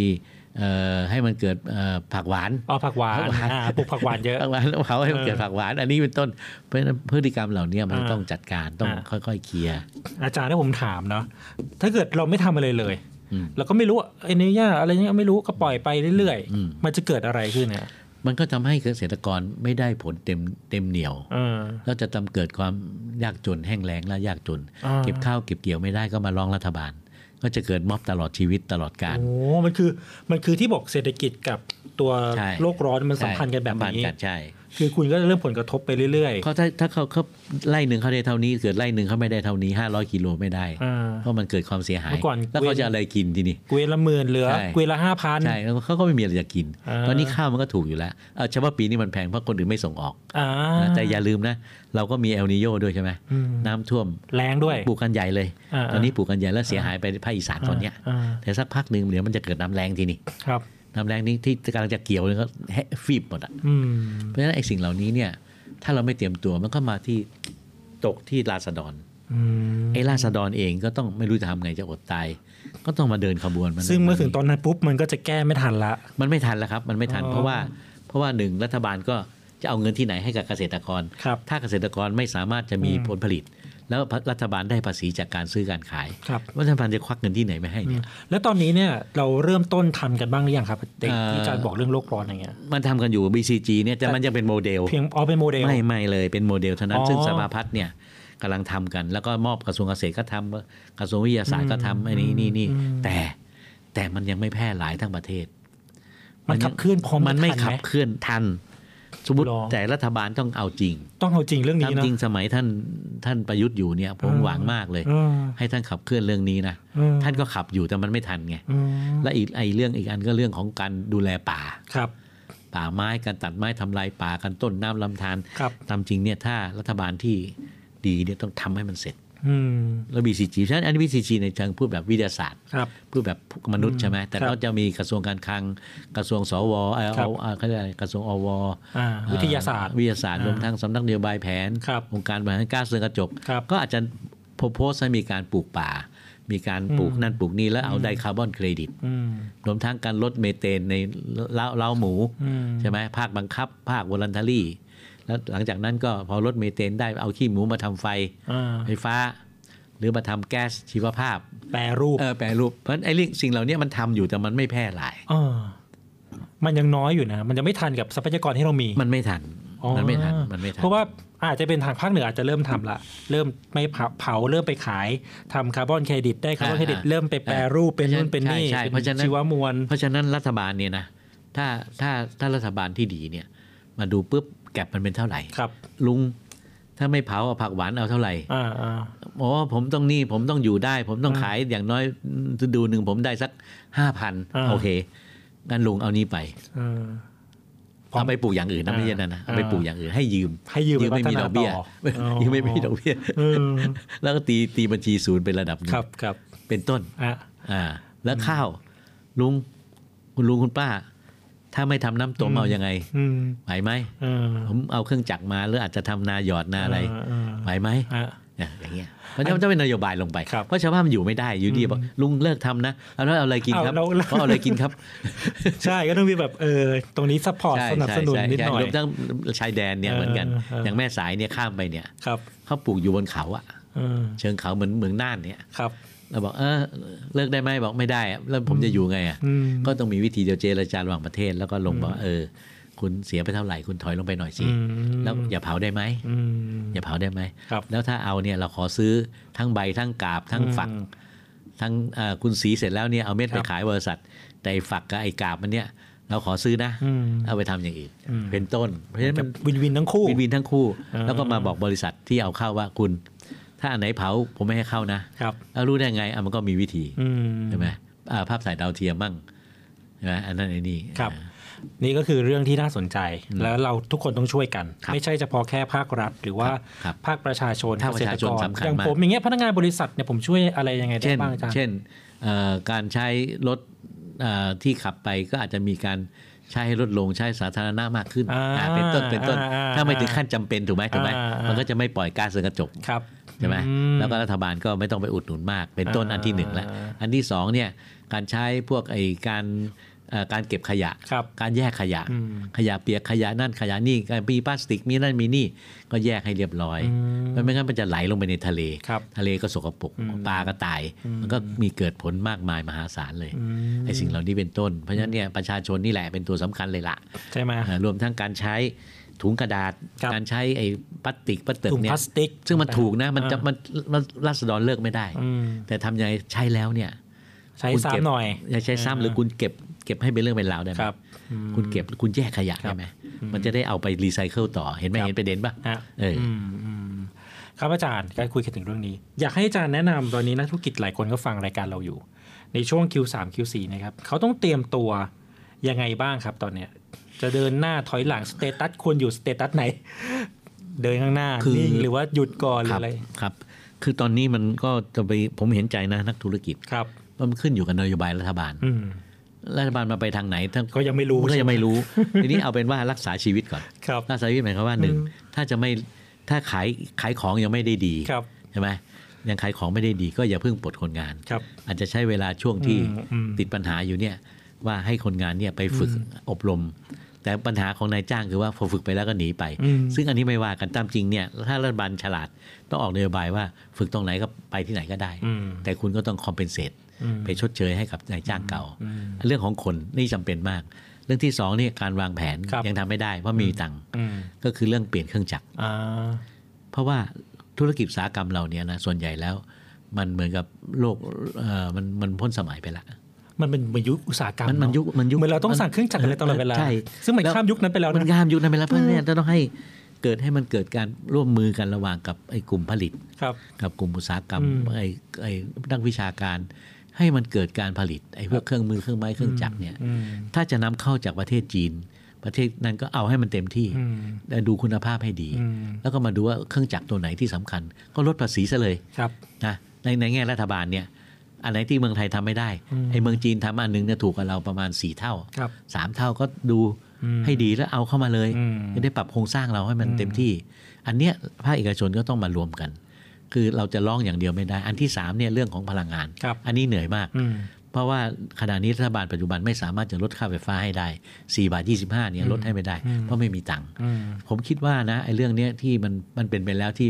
เอ่อให้มันเกิดเอ่อผักหวาน อ๋อผักหวาน ผักหวาน อ่า ปลูกผักหวานเยอะ ผักหวานแล้วเขาให้มันเกิดผักหวาน อันนี้เป็นต้นเพราะฉะนั้นพฤติกรรมเหล่านี้มัน อ่า ต้องจัดการต้อง อ่า ค่อยๆเคลียร์ อาจารย์ถ้าผมถามเนาะถ้าเกิดเราไม่ทำอะไรเลย อืม เราก็ไม่รู้ว่าไอ้นี่ย่าอะไรเนี่ยไม่รู้ก็ปล่อยไปเรื่อยๆ มันจะเกิดอะไรขึ้นเนี่ย มันก็ทำให้เกษตรกรไม่ได้ผลเต็มเต็มเหนียว เออ แล้วจะทำเกิดความยากจนแห้งแล้งและยากจน อ่า เก็บข้าวเก็บเกี่ยวไม่ได้ก็มาร้องรัฐบาล ก็จะเกิดม็อบตลอดชีวิตตลอดกาล โอ้มันคือมันคือที่บอกเศรษฐกิจกับตัว ใช่ โลกร้อนมันสัมพันธ์กันแบบ สัมพัธ์ นี้ กันใช่ คือคุณก็จะเริ่มผลกระทบไปเรื่อย เขาถ้าถ้าเขาเขาไล่หนึ่งเขาได้เท่านี้เกิดไล่หนึ่งเขาไม่ได้เท่านี้500กิโลไม่ได้ ๆอ่า เพราะมันเกิดความเสียหาย เมื่อก่อน แล้วเขาจะเอาอะไรกินทีนี้ เกวยนละหมื่นเหลือ ใช่ เกวยนละห้าพัน ใช่แล้วเขาก็ไม่มีอะไรจะกิน อ่า ตอนนี้ข้าวมันก็ถูกอยู่แล้วเอาเฉพาะปีนี้มันแพงเพราะคนอื่นไม่ส่งออก อ่า นะแต่อย่าลืมนะ เราก็มีเอลนิโยด้วยใช่ไหม อืม น้ำท่วม แรงด้วย ปลูกกันใหญ่เลย อ่า ตอนนี้ปลูกกันใหญ่แล้วเสียหายไปภาคอีสานตอนเนี้ย อ่า แต่สักพักหนึ่งเดี๋ยวมันจะเกิดน้ำแรงทีนี้ ครับ น้ำแรงนี้ที่กำลังจะเกี่ยวเลยก็แฮะฟีบหมดอ่ะ อืม เพราะฉะนั้นไอ้สิ่งเหล่านี้เนี่ยถ้าเราไม่เตรียมตัวมันก็มาที่ตกที่ราษฎร อืม ไอ้ราษฎรเองก็ต้องไม่รู้จะทำไงจะอดตาย ก็ต้องมาเดินขบวนมัน ซึ่งเมื่อถึงตอนนั้นปุ๊บมันก็จะแก้ไม่ทันละ มันไม่ทันแล้วครับ มันไม่ทัน อ๋อ เพราะว่าเพราะว่าหนึ่งรัฐบาลก็จะเอาเงินที่ไหนให้กับเกษตรกร ครับ ถ้าเกษตรกรไม่สามารถจะมี อืม ผลผลิต แล้วรัฐบาลได้ภาษีจากการซื้อการขาย ครับ รัฐบาลจะควักเงินที่ไหนมาให้เนี่ย แล้วตอนนี้เนี่ยเราเริ่มต้นทำกันบ้างหรือยังครับเด็ก เอ่อ ที่อาจารย์บอกเรื่องโลกร้อนอย่างเงี้ย มันทำกันอยู่ BCG เนี่ยแต่ แต่ มันยังเป็นโมเดล เพียงเอาเป็นโมเดล ไม่ไม่เลยเป็นโมเดลเท่านั้ อ๋ น อ ซึ่งสมาพัฒน์เนี่ยกำลังทำกัน แล้วก็มอบกระทรวงเกษตรก็ทำกระทรวงวิทยาศาสตร์ก็ทำไอ้นี่นี่นี่ อืม แต่แต่มันยังไม่แพร่หลายทั้งประเทศ มันขับเคลื่อนพร้อม มันไม่ ทัห ขับเคลื่อนทัน สมมติ หรอ แต่รัฐบาลต้องเอาจริง ต้องเอาจริงเรื่องนี้ ทำ นะ จริงสมัยท่านท่านประยุทธ์อยู่เนี่ยผม เออ หวังมากเลย เออ ให้ท่านขับเคลื่อนเรื่องนี้นะ เออ ท่านก็ขับอยู่แต่มันไม่ทันไง อืม และอีกไอ้เรื่องอีกอันก็เรื่องของการดูแลป่า ครับ ป่าไม้การตัดไม้ทำลายป่าการต้นน้ำลำธาร ครับ ตามจริงเนี่ยถ้ารัฐบาลที่ดีเนี่ยต้องทำให้มันเสร็จ อืม แล้ว BCG ฉะนั้นอันนี้ BCG ในเชิงพูดแบบวิทยาศาสตร์ ครับ พูดแบบมนุษย์ใช่ไหมแต่ ครับ เราจะมีกระทรวงการคลังกระทรวงสวเอ่อ ครั เอา บ เอาเขาเรียกอะไรกระทรวงอว อ่า เอ่อ วิทยาศาสตร์ วิทยาศาสตร์รวมทั้งสำนักนโยบายแผน ครับ องค์การบริหารก๊าซเรือนกระจก ครับ ก็อาจจะโพสให้มีการปลูกป่า มีการปลูก อืม นั่นปลูกนี่แล้วเอาไดคาร์บอนเครดิต อืม รวมทั้งการลดเมเทนในเล้าเล้าหมู อืม ใช่ไหมภาคบังคับ ภาควอลันทารี่ แล้วหลังจากนั้นก็พอลดเมเทนได้เอาขี้หมูมาทำไฟ อ่า ไฟฟ้า หรือมาทำแก๊สชีวภาพ แปรรูป เออแปรรูปเพราะไอ้เรื่องสิ่งเหล่านี้มันทำอยู่แต่มันไม่แพร่หลาย ามันยังน้อยอยู่นะ มันจะไม่ทันกับทรัพยากรที่เรามี มันไม่ทัน อ๋อ มันไม่ทันมันไม่ทัน เพราะว่าอาจจะเป็นทางภาคเหนืออาจจะเริ่มทำละ เริ่มไม่เผาเผาเริ่มไปขายทำคาร์บอนเครดิตได้คาร์บอนเครดิตเริ่มไปแปรรูปเป็นนู่นเป็นนี่ ใช่ใช่เพราะฉะ เป็น นั้น ชีวมวล เพราะฉะนั้นรัฐบาลเนี่ยนะถ้าถ้าถ้ารัฐบาลที่ดีเนี่ย มาดูปุ๊บแก็บมันเป็นเท่าไหร่ ครับ ลุงถ้าไม่เผาเอาผักหวานเอาเท่าไหร่ อ่าอ่า อ๋อผมต้องนี่ผมต้องอยู่ได้ ผมต้องขายอย่างน้อยฤดูหนึ่งผมได้สักห้าพัน อ่า โอเคงั้นลุงเอานี้ไป อ่า พร้อม เอาไปปลูกอย่างอื่นนะไม่ใช่นั่นนะเอาไปปลูกอย่างอื่นให้ยืม ให้ยืมไป ยืมไม่มี พัฒนา ดอกเบี้ย ต่ออ๋อ ยืมไม่มีดอกเบี้ย เออ แล้วก็ตีตีบัญชีศูนย์เป็นระดับหนึ่ง ครับครับ เป็นต้น อ่ะ อ่า แล้วข้าว ลุง คุณลุงคุณป้า ถ้าไม่ทำน้ำต้มเอายังไง อืม ไหวไหม เออ ผมเอาเครื่องจักรมาหรืออาจจะทำนาหยอดนาอะไร อ่า ไหวไหม อ่ะ เนี่ยอย่างเงี้ยเพราะฉะนั้นมันจะเป็นนโยบายลงไป ครับ เพราะชาวบ้านมันอยู่ไม่ได้อยู่ดีบอกลุงเลิกทำนะเอาแล้วเอาอะไรกินครับ เอาแล้ว เอาอะไรกินครับ ใช่ก็ต้องมีแบบเออตรงนี้ซัพพอร์ตสนับสนุนนิดหน่อย รวมทั้งชายแดนเนี่ยเหมือนกัน เออเอออ อย่างแม่สายเนี่ยข้ามไปเนี่ย ครับ เขาปลูกอยู่บนเขาอะ เออ เชิงเขาเหมือนเมืองน่านเนี่ย ครับ เราบอกเออเลิกได้ไหมบอกไม่ได้อะแล้วผมจะอยู่ไงอ่ะ อืม ก็ต้องมีวิธีเจรจาระหว่างประเทศแล้วก็ลงบอกว่าเออ คุณเสียไปเท่าไหร่คุณถอยลงไปหน่อยสิ อืม แล้วอย่าเผาได้ไหม อืม อย่าเผาได้ไหม ครับ แล้วถ้าเอาเนี่ยเราขอซื้อทั้งใบทั้งกาบทั้งฝัก อืม ทั้งเอ่อคุณสีเสร็จแล้วเนี่ยเอาเม็ด ค ไป รับ ขายบริษัท แต่ไอ้ฝักกับไอ้กาบมันเนี่ย เราขอซื้อนะ อืม เอาไปทำอย่างอื่น อืม เป็นต้น เพราะฉะนั้นมัน วินวินทั้งคู่ วินวินทั้งคู่ อ่า แล้วก็มาบอกบริษัทที่เอาเข้าว่าคุณ ถ้าอันไหนเผาผมไม่ให้เข้านะครับ แล้วรู้ได้ไงอ่ะมันก็มีวิธี อืม ใช่ไหมอ่าภาพถ่ายดาวเทียมมั่งใช่ไหมอันนั้นไอ้นี่ ครับ นี่ก็คือเรื่องที่น่าสนใจ แล้วเราทุกคนต้องช่วยกัน ครับ ไม่ใช่เฉพาะแค่ภาครัฐ หรือว่า ครับ ภาคประชาชน ภาคประชาชน เกษต สำคัญ อย่าง มาก ผมอย่างเงี้ยพนักงานบริษัทเนี่ยผมช่วยอะไรยังไงได้ เช่น บ้างอาจารย์ เช่นเอ่อการใช้รถเอ่อที่ขับไปก็อาจจะมีการใช้ให้ลดลงใช้สาธารณะมากขึ้น อ่า อ่าเป็นต้นเป็นต้น อ่อ่ ถ้าไม่ถึงขั้นจำเป็นถูกไหมถูกไหม อ่าอ่ามั มันก็จะไม่ปล่อยก๊าซเรือนกระจก ครับ ใช่ไหม อื แล้วก็รัฐบาลก็ไม่ต้องไปอุดหนุนมาก เป็นต้น อ่า อันที่หนึ่งแล้วอันที่สองเนี่ยการใช้พวกไอการเอ่อการเก็บขยะ ครับ การแยกขยะ อืม ขยะเปียกขยะนั่นขยะนี่การมีพลาสติกมีนั่นมีนี่ก็แยกให้เรียบร้อย อืม มันไม่งั้นมันจะไหลลงไปในทะเล ครับ ทะเลก็สกปรก อืม ปลาก็ตาย อืม มันก็มีเกิดผลมากมายมหาศาลเลย อืม ไอ้สิ่งเหล่านี้เป็นต้น เพราะฉะนั้นเนี่ยประชาชนนี่แหละเป็นตัวสำคัญเลยละ ใช่ไหม อ่ารวมทั้งการใช้ถุงกระดาษ ครับ การใช้ไอ้พลาสติกพลาสติก ถุง เนี่ พ ย ลาสติก ซึ่งมันถูกนะมันจะ อ่า มันมันรัศดรเลิกไม่ได้ อืม แต่ทำยังไงใช้แล้วเนี่ย ใช้ คุณเก็บ ซ้ำหน่อย อย่าใช้ซ้ำ อ่า หรือคุณเก็บเก็บให้เป็นเรื่องเป็นราวได้ไหม ครับ คุณเก็บคุณแยกขยะได้ไหมมันจะได้เอาไปรีไซเคิลต่อ เห็นไหม ครับ เห็นประเด็นปะ ฮะ เอออื มอืมครับอาจารย์การคุยกันถึงเรื่องนี้ อยากให้อาจารย์แนะนำตอนนี้นักธุรกิจหลายคนก็ฟังรายการเราอยู่ ในช่วง Q3 Q4 นะครับเขาต้องเตรียมตัวยังไงบ้างครับตอนเนี้ย จะเดินหน้าถอยหลังสเตตัสควรอยู่สเตตัสไหน เดินข้างหน้า คือ นิ่งหรือว่าหยุดก่อนหรือครั อะไร ครับ คือตอนนี้มันก็จะไปผมเห็นใจนะนักธุรกิจ ครับ ว่ามันขึ้นอยู่กับนโยบายรัฐบาล อืม รัฐบาลมาไปทางไหนถ้า ก็ยังไม่รู้ ก็ ใช่ ยัง ไหม ไม่รู้ ทีนี้เอาเป็นว่ารักษาชีวิตก่อน ครับ รักษาชีวิตหมายความว่าหนึ่งถ้าจะไม่ถ้าขายขายของยังไม่ได้ดี ครับ ใช่ไหมยังขายของไม่ได้ดีก็อย่าเพิ่งปลดคนงาน ครับ อาจจะใช้เวลาช่วงที่ อืมอืม ติดปัญหาอยู่เนี่ยว่าให้คนงานเนี่ยไปฝึกอบรม แต่ปัญหาของนายจ้างคือว่าพอฝึกไปแล้วก็หนีไป อืม ซึ่งอันนี้ไม่ว่ากันตามจริงเนี่ยถ้ารัฐบาลฉลาดต้องออกนโยบายว่าฝึกตรงไหนก็ไปที่ไหนก็ได้ อืม แต่คุณก็ต้องคอมเพนเซต อืม ไปชดเชยให้กับนายจ้างเก่า เรื่องของคนนี่จำเป็นมาก เรื่องที่สองนี่การวางแผน ครับ ยังทำไม่ได้เพราะมีตังค์ อืม ก็คือเรื่องเปลี่ยนเครื่องจักร อ่า เพราะว่าธุรกิจอุตสาหกรรมเราเนี่ยนะส่วนใหญ่แล้ว มันเหมือนกับโลกเอ่อมันมันพ้นสมัยไปละ มันเป็นมันยุคอุตสาหกรรม มันมัน เอะ ยุคมันยุค เหมือนเราต้องสั่งเครื่องจักรอะไรตลอดเวลา ใช่ ซึ่งมัน แล้ว ข้ามยุคนั้นไปแล้ว มัน นะ งามยุคนั้นไปแล้วเพราะเนี่ยจะต้องให้เกิดให้มันเกิดการร่วมมือกันระหว่างกับไอ้กลุ่มผลิต ครับ กับกลุ่มอุตสาหกรรม อืม ไอ้ไอ้นักวิชาการ ให้มันเกิดการผลิตไอ้พวกเครื่องมือเครื่องไม้เครื่องจักรเนี่ย อืม ถ้าจะนำเข้าจากประเทศจีน ประเทศนั้นก็เอาให้มันเต็มที่ อืม แต่ดูคุณภาพให้ดี อืม แล้วก็มาดูว่าเครื่องจักรตัวไหนที่สำคัญ ก็ลดภาษีซะเลย ครับ นะในในแง่รัฐบาลเนี่ยอันไหนที่เมืองไทยทำไม่ได้ อืม ไอ้เมืองจีนทำอันหนึงเนี่ยถูกกว่าเราประมาณ 4 เท่า ครับ 3 เท่าก็ดู อืม ให้ดีแล้วเอาเข้ามาเลย อืม จะได้ปรับโครงสร้างเราให้มันเต็มที่ อันเนี้ยภาคเอกชนก็ต้องมารวมกัน คือเราจะร้องอย่างเดียวไม่ได้ อันที่3เนี่ยเรื่องของพลังงาน ครับ อันนี้เหนื่อยมาก อืม เพราะว่าขณะนี้รัฐบาลปัจจุบันไม่สามารถจะลดค่าไฟฟ้าให้ได้4บาท25เนี่ยลดให้ไม่ได้ อืม เพราะไม่มีตังค์ อืม ผมคิดว่านะไอ้เรื่องเนี้ยที่มันมันเป็นไปแล้วที่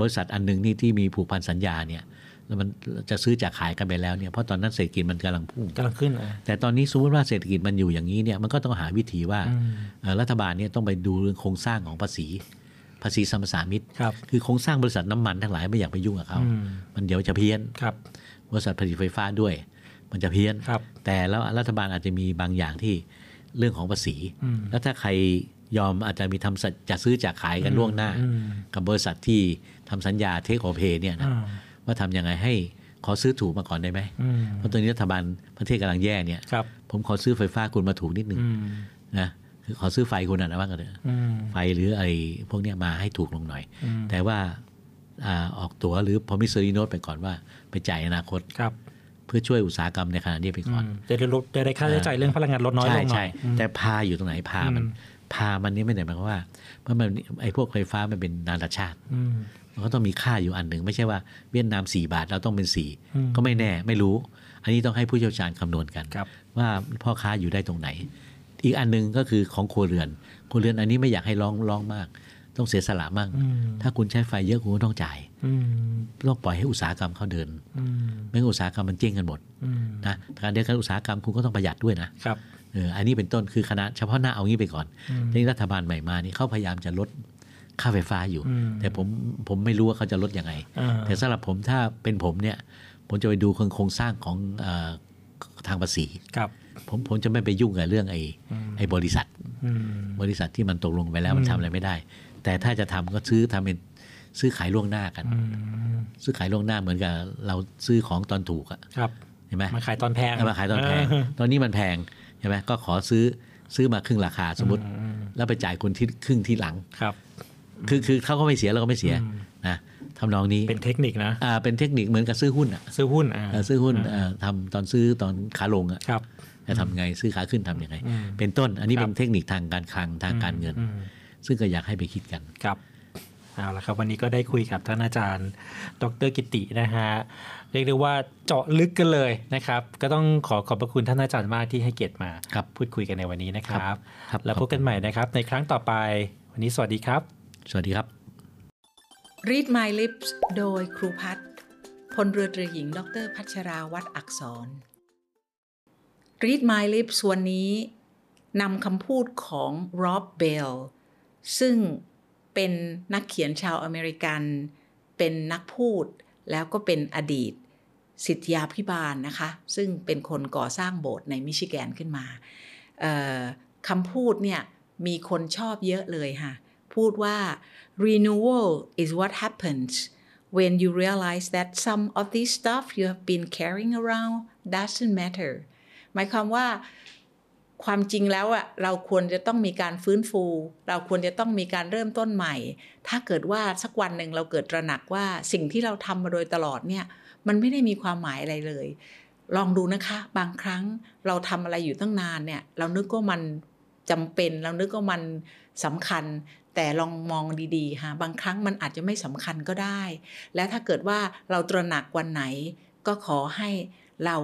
บริษัทอันหนึ่งนี่ที่มีผูกพันสัญญาเนี่ยแล้วมันจะซื้อจะขายกันไปแล้วเนี่ยเพราะตอนนั้นเศรษฐกิจมันกำลังพุ่ง กำลังขึ้นอ่ะ แต่ตอนนี้สมมติว่าเศรษฐกิจมันอยู่อย่างนี้เนี่ยมันก็ต้องหาวิธีว่า อืม เอ่อรัฐบาลเนี่ยต้องไปดูเรื่องโครงสร้างของภาษี ภาษีสรรพสามิต ครับ คือโครงสร้างบริษัทน้ำมันทั้งหลายไม่อยากไปยุ่งกับเขา อืม มันเดี๋ยวจะเพี้ยน ครับ บริษัทผลิตไฟฟ้าด้วย มันจะเพี้ยน ครับ แต่แล้วรัฐบาลอาจจะมีบางอย่างที่เรื่องของภาษี อืม แล้วถ้าใครยอมอาจจะมีทำสัญจะซื้อจะขายกันล่วงหน้า อืม กับบริษัทที่ทำสัญญาเทคโอเพเนี่ยนะ อ่า ว่าทำยังไงให้ขอซื้อถูกมาก่อนได้ไหม อืม เพราะตอนนี้รัฐบาลประเทศกำลังแย่เนี่ย ครับ ผมขอซื้อไฟฟ้าคุณมาถูกนิดหนึ่ง อืม นะคือขอซื้อไฟคุณอะนะว่ากันเถอะ อืม ไฟหรือไอ้พวกเนี้ยมาให้ถูกลงหน่อย อืม แต่ว่าอ่าออกตั๋วหรือพอมิสซอรีโนตไปก่อนว่าไปจ่ายอนาคต ครับ เพื่อช่วยอุตสาหกรรมในขณะนี้ไป อื ก่อน มจะได้ลดจะได้ค่าใช้จ่ายเรื่องพลังงานลดน้อยล ใช่ งหน่ ใช่ อยอืม แต่พาอยู่ตรงไหนพามัน อืม พามันนี่ไม่ได้หมายความว่าเพราะมันไอ้พวกไฟฟ้ามันเป็นนานาชาติ อืม มันก็ต้องมีค่าอยู่อันหนึ่งไม่ใช่ว่าเวียดนาม 4 บาทเราต้องเป็น อืม 4 ก็ไม่แน่ไม่รู้ อันนี้ต้องให้ผู้เชี่ยวชาญคำนวณกัน ครับ ว่าพ่อค้าอยู่ได้ตรงไหน อีกอันหนึงก็คือของครัวเรือนครัวเรือนอันนี้ไม่อยากให้ร้องร้องมาก ต้องเสียสละมาก อืม ถ้าคุณใช้ไฟเยอะคุณก็ต้องจ่าย อืม ต้องปล่อยให้อุตสาหกรรมเขาเดิน อืม ไม่งั้นอุตสาหกรรมมันเจ๊งกันหมด อืม นะการเดินการอุตสาหกรรมคุณก็ต้องประหยัดด้วยนะครับ เอออันนี้เป็นต้นคือคณะเฉพาะหน้าเอางี้ไปก่อน อืม ในรัฐบาลใหม่มานี่เขาพยายามจะลดค่าไฟฟ้าอยู่ อืม แต่ผมผมไม่รู้ว่าเขาจะลดยังไง อ่า แต่สำหรับผมถ้าเป็นผมเนี่ยผมจะไปดูโครงสร้างของเออทางภาษี ครับ ผมผมจะไม่ไปยุ่งกับเรื่องไอ้ อืม ไอ้บริษัท อืม บริษัทที่มันตกลงไปแล้ว อืม มันทำอะไรไม่ได้ แต่ถ้าจะทำก็ซื้อทำเป็นซื้อขายล่วงหน้ากัน อืม ซื้อขายล่วงหน้าเหมือนกับเราซื้อของตอนถูกอะ ครับ เห็นไหม มาขายตอนแพง เอามาขายตอนแพง เ ตอนนี้มันแพงใช่ไหมก็ขอซื้อซื้อมาครึ่งราคาสมมติ อืม แล้วไปจ่ายคนที่ครึ่งที่หลัง ครับ คือคือเขาก็ไม่เสียเราก็ไม่เสีย อืม นะทำนองนี้ เป็นเทคนิคนะ อ่าเป็นเทคนิคเหมือนกับซื้อหุ้นอะ ซื้อหุ้นอ่า เอ่อซื้อหุ้นเอ่อทำตอนซื้อตอนขาลงอะ ครับ จะทำไงซื้อขาขึ้นทำยังไง อืม เป็นต้นอันนี้ ครับ เป็นเทคนิคทางการคลังทางการเงิน อืม ซึ่งก็อยากให้ไปคิดกัน ครับเอาละครับวันนี้ก็ได้คุยกับท่านอาจารย์ ดรกิตินะฮะเรียกได้ว่าเจาะลึกกันเลยนะครับ ก็ต้องขอขอบพระคุณท่านอาจารย์มากที่ให้เกียรติมา ครับ พูดคุยกันในวันนี้นะครับ ครับ แล้วพบกันใหม่นะครับ ในครั้งต่อไป วันนี้สวัสดีครับ สวัสดีครับ Read My Lips โดยครูพัฒน์พลเรือตรีหญิง ดรพัชราวัตรอักษร Read My Lips วันนี้นำคำพูดของ Rob Bell ซึ่งเป็นนักเขียนชาวอเมริกัน เป็นนักพูดแล้วก็เป็นอดีต สิทธยาพิบาลนะคะ ซึ่งเป็นคนก่อสร้างโบสถ์ในมิชิแกนขึ้นมาเอ่อคำพูดเนี่ยมีคนชอบเยอะเลยค่ะ พูดว่า renewal is what happens when you realize that some of this stuff you have been carrying around doesn't matter หมายความว่าความจริงแล้วอะเราควรจะต้องมีการฟื้นฟู เราควรจะต้องมีการเริ่มต้นใหม่ ถ้าเกิดว่าสักวันหนึ่งเราเกิดตระหนักว่าสิ่งที่เราทำมาโดยตลอดเนี่ย มันไม่ได้มีความหมายอะไรเลย ลองดูนะคะ บางครั้งเราทำอะไรอยู่ตั้งนานเนี่ย เรานึกว่ามันจำเป็น เรานึกว่ามันสำคัญ แต่ลองมองดีๆค่ะบางครั้งมันอาจจะไม่สำคัญก็ได้ และถ้าเกิดว่าเราตระหนักวันไหน ก็ขอให้เรา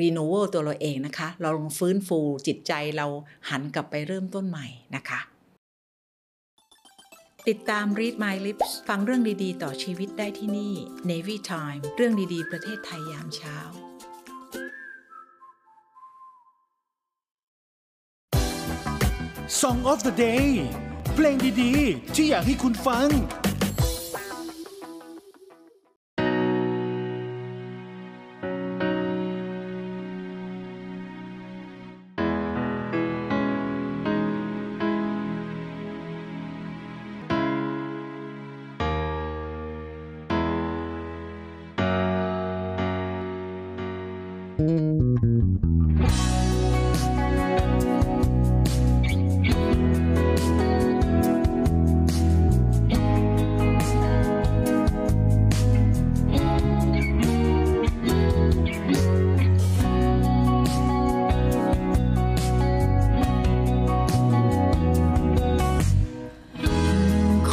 รีโนเวลตัวเราเองนะคะ เราลองฟื้นฟูจิตใจเราหันกลับไปเริ่มต้นใหม่นะคะ ติดตาม Read My Lips ฟังเรื่องดีๆ ต่อชีวิตได้ที่นี่ Navy Time เรื่องดีๆ ประเทศไทยยามเช้า Song of the Day เพลงดีๆ ที่อยากให้คุณฟัง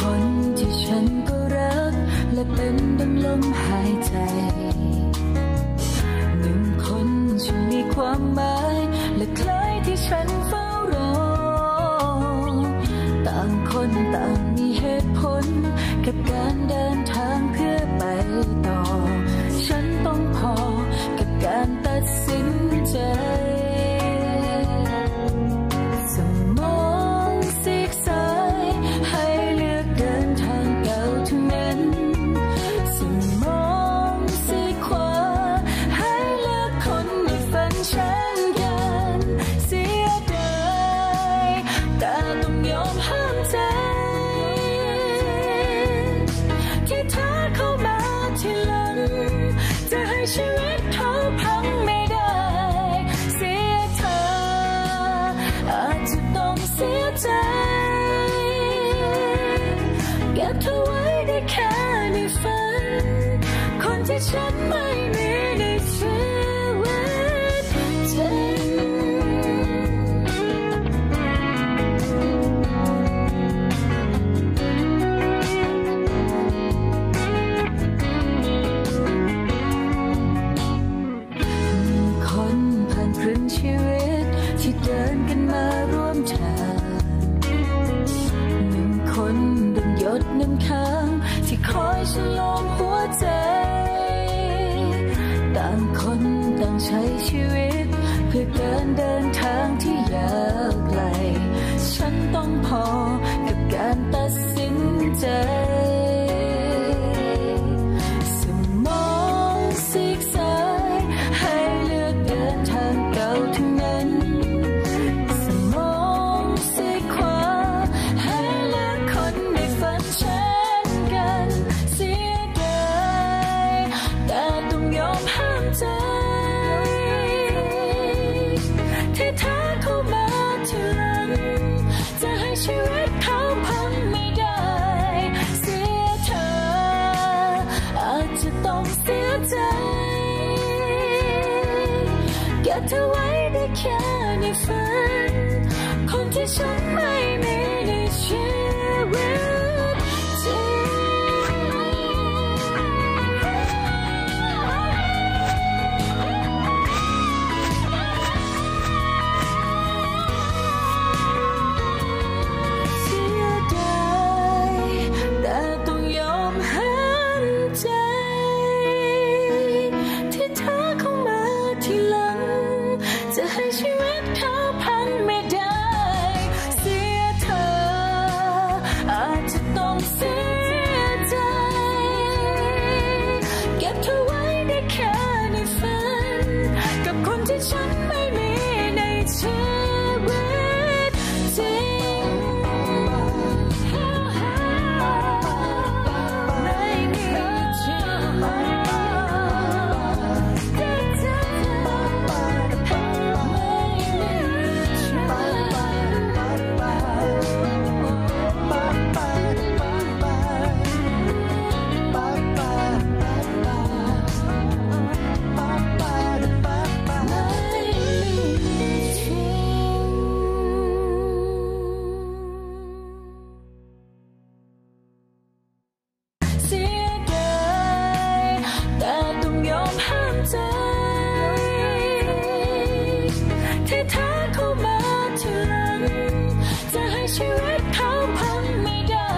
คนที่ฉันก็รัก และเป็นดังลมหายใจ หนึ่งคนฉันมีความหมาย และคล้ายที่ฉันเฝ้ารอ ต่างคนต่างมีเหตุผล กับการเดินทางเพื่อไปต่อ ฉันต้องพอกับการตัดสินใจ สมองซีกซ้ายให้เลือกเดินทางเก่าเท่านั้น สมองซีกขวาให้เลือกคนในฝันฉันกันเสียดายแต่ต้องยอมห้ามใจ ที่เธอเข้ามาทีหลัง จะให้ชีวิตเขาพังไม่ได้ เสียเธอ อาจจะต้องเสียใจ เก็บเธอไว้ได้แค่ในฝัน คนที่ฉันไม่มีในชีวิตจริง คนผ่านครึ่งชีวิตที่เดินกันมาร่วมทางหนึ่งคนดังหยดน้ำค้างที่คอยฉลอมหัวใจ ต่างคนต่างใช้ชีวิต เพื่อการเดินทางที่ยาวไกล ฉันต้องพอกับการตัดสินใจ สมองซีกซ้ายให้เลือกเดินทางเก่าทั้งนั้น สมองซีกขวาให้เลือกคนในฝันเช่นกัน เสียดายแต่ต้องยอมห้ามใจ ที่เธอเข้ามาทีหลัง จะให้ชีวิตเขาพังไม่ได้ เสียเธอ อาจจะต้องเสียใจ เก็บเธอไว้ได้แค่ในฝัน คนที่ฉันไม่มีในชีวิตจริง เสียดายแต่ต้องยอมห้ามใจ ที่เธอเข้ามาทีหลัง จะให้ชีวิตเขาพังไม่ได้ เสียเธอ เขาพังไม่ได้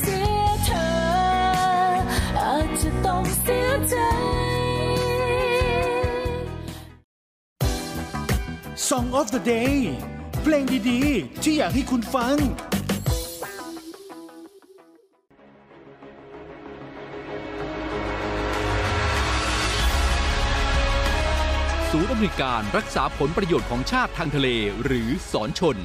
เสียเธอ อาจจะต้องเสียใจ Song of the Day เพลงดีๆ ที่อยากให้คุณฟัง ศูนย์อำนวยการรักษาผลประโยชน์ของชาติทางทะเล หรือสอนชน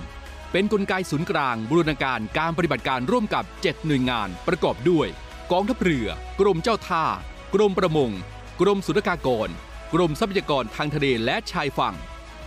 เป็นนกลไกศูนย์กลางบูรณาการการปฏิบัติการร่วมกับ 7 หน่วยงานประกอบด้วย กองทัพเรือ กรมเจ้าท่า กรมประมง กรมสุรากากร กรมทรัพยากรทางทะเลและชายฝั่ง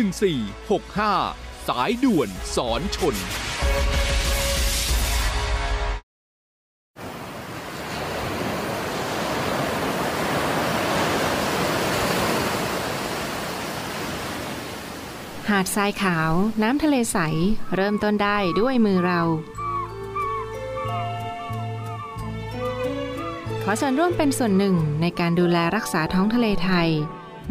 1465 สายด่วนสอนชน หาดทรายขาว น้ำทะเลใส เริ่มต้นได้ด้วยมือเรา ขอส่วนร่วมเป็นส่วนหนึ่งในการดูแลรักษาท้องทะเลไทย ไ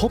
พบ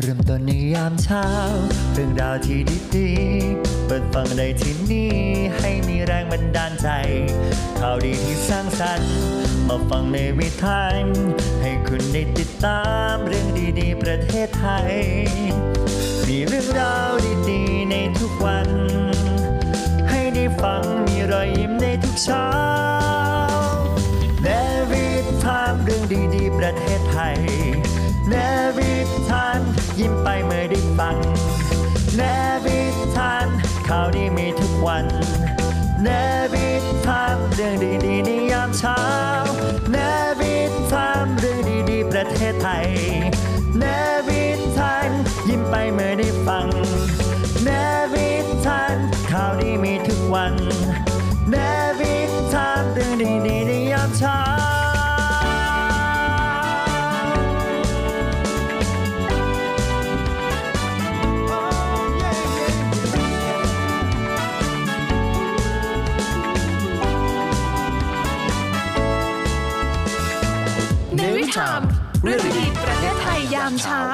เริ่มต้นในยามเช้า เรื่องราวที่ดีๆ เปิดฟังได้ที่นี่ ให้มีแรงบันดาลใจ ข่าวดีที่สร้างสรรค์ มาฟังในวิถีให้คุณได้ติดตามเรื่องดีๆ ประเทศไทย มีเรื่องราวดีๆ ในทุกวัน ให้ได้ฟังมีรอยยิ้มในทุกเช้า เนวิทามเรื่องดีๆ ประเทศไทย เนวิทามยิ้มไปเมื่อได้ฟัง เนวิทามข่าวดีมีทุกวัน เนวิทามเรื่องดีๆในยามเช้า เนวิทามเรื่องดีๆ ประเทศไทย เนวิทามยิ้มไปเมื่อได้ฟัง เนวิทามข่าวดีมีทุกวัน เนวิทามเรื่องดีๆในยามเช้า เ ชาม เรื่องดีๆประเทศไทยยามเช้า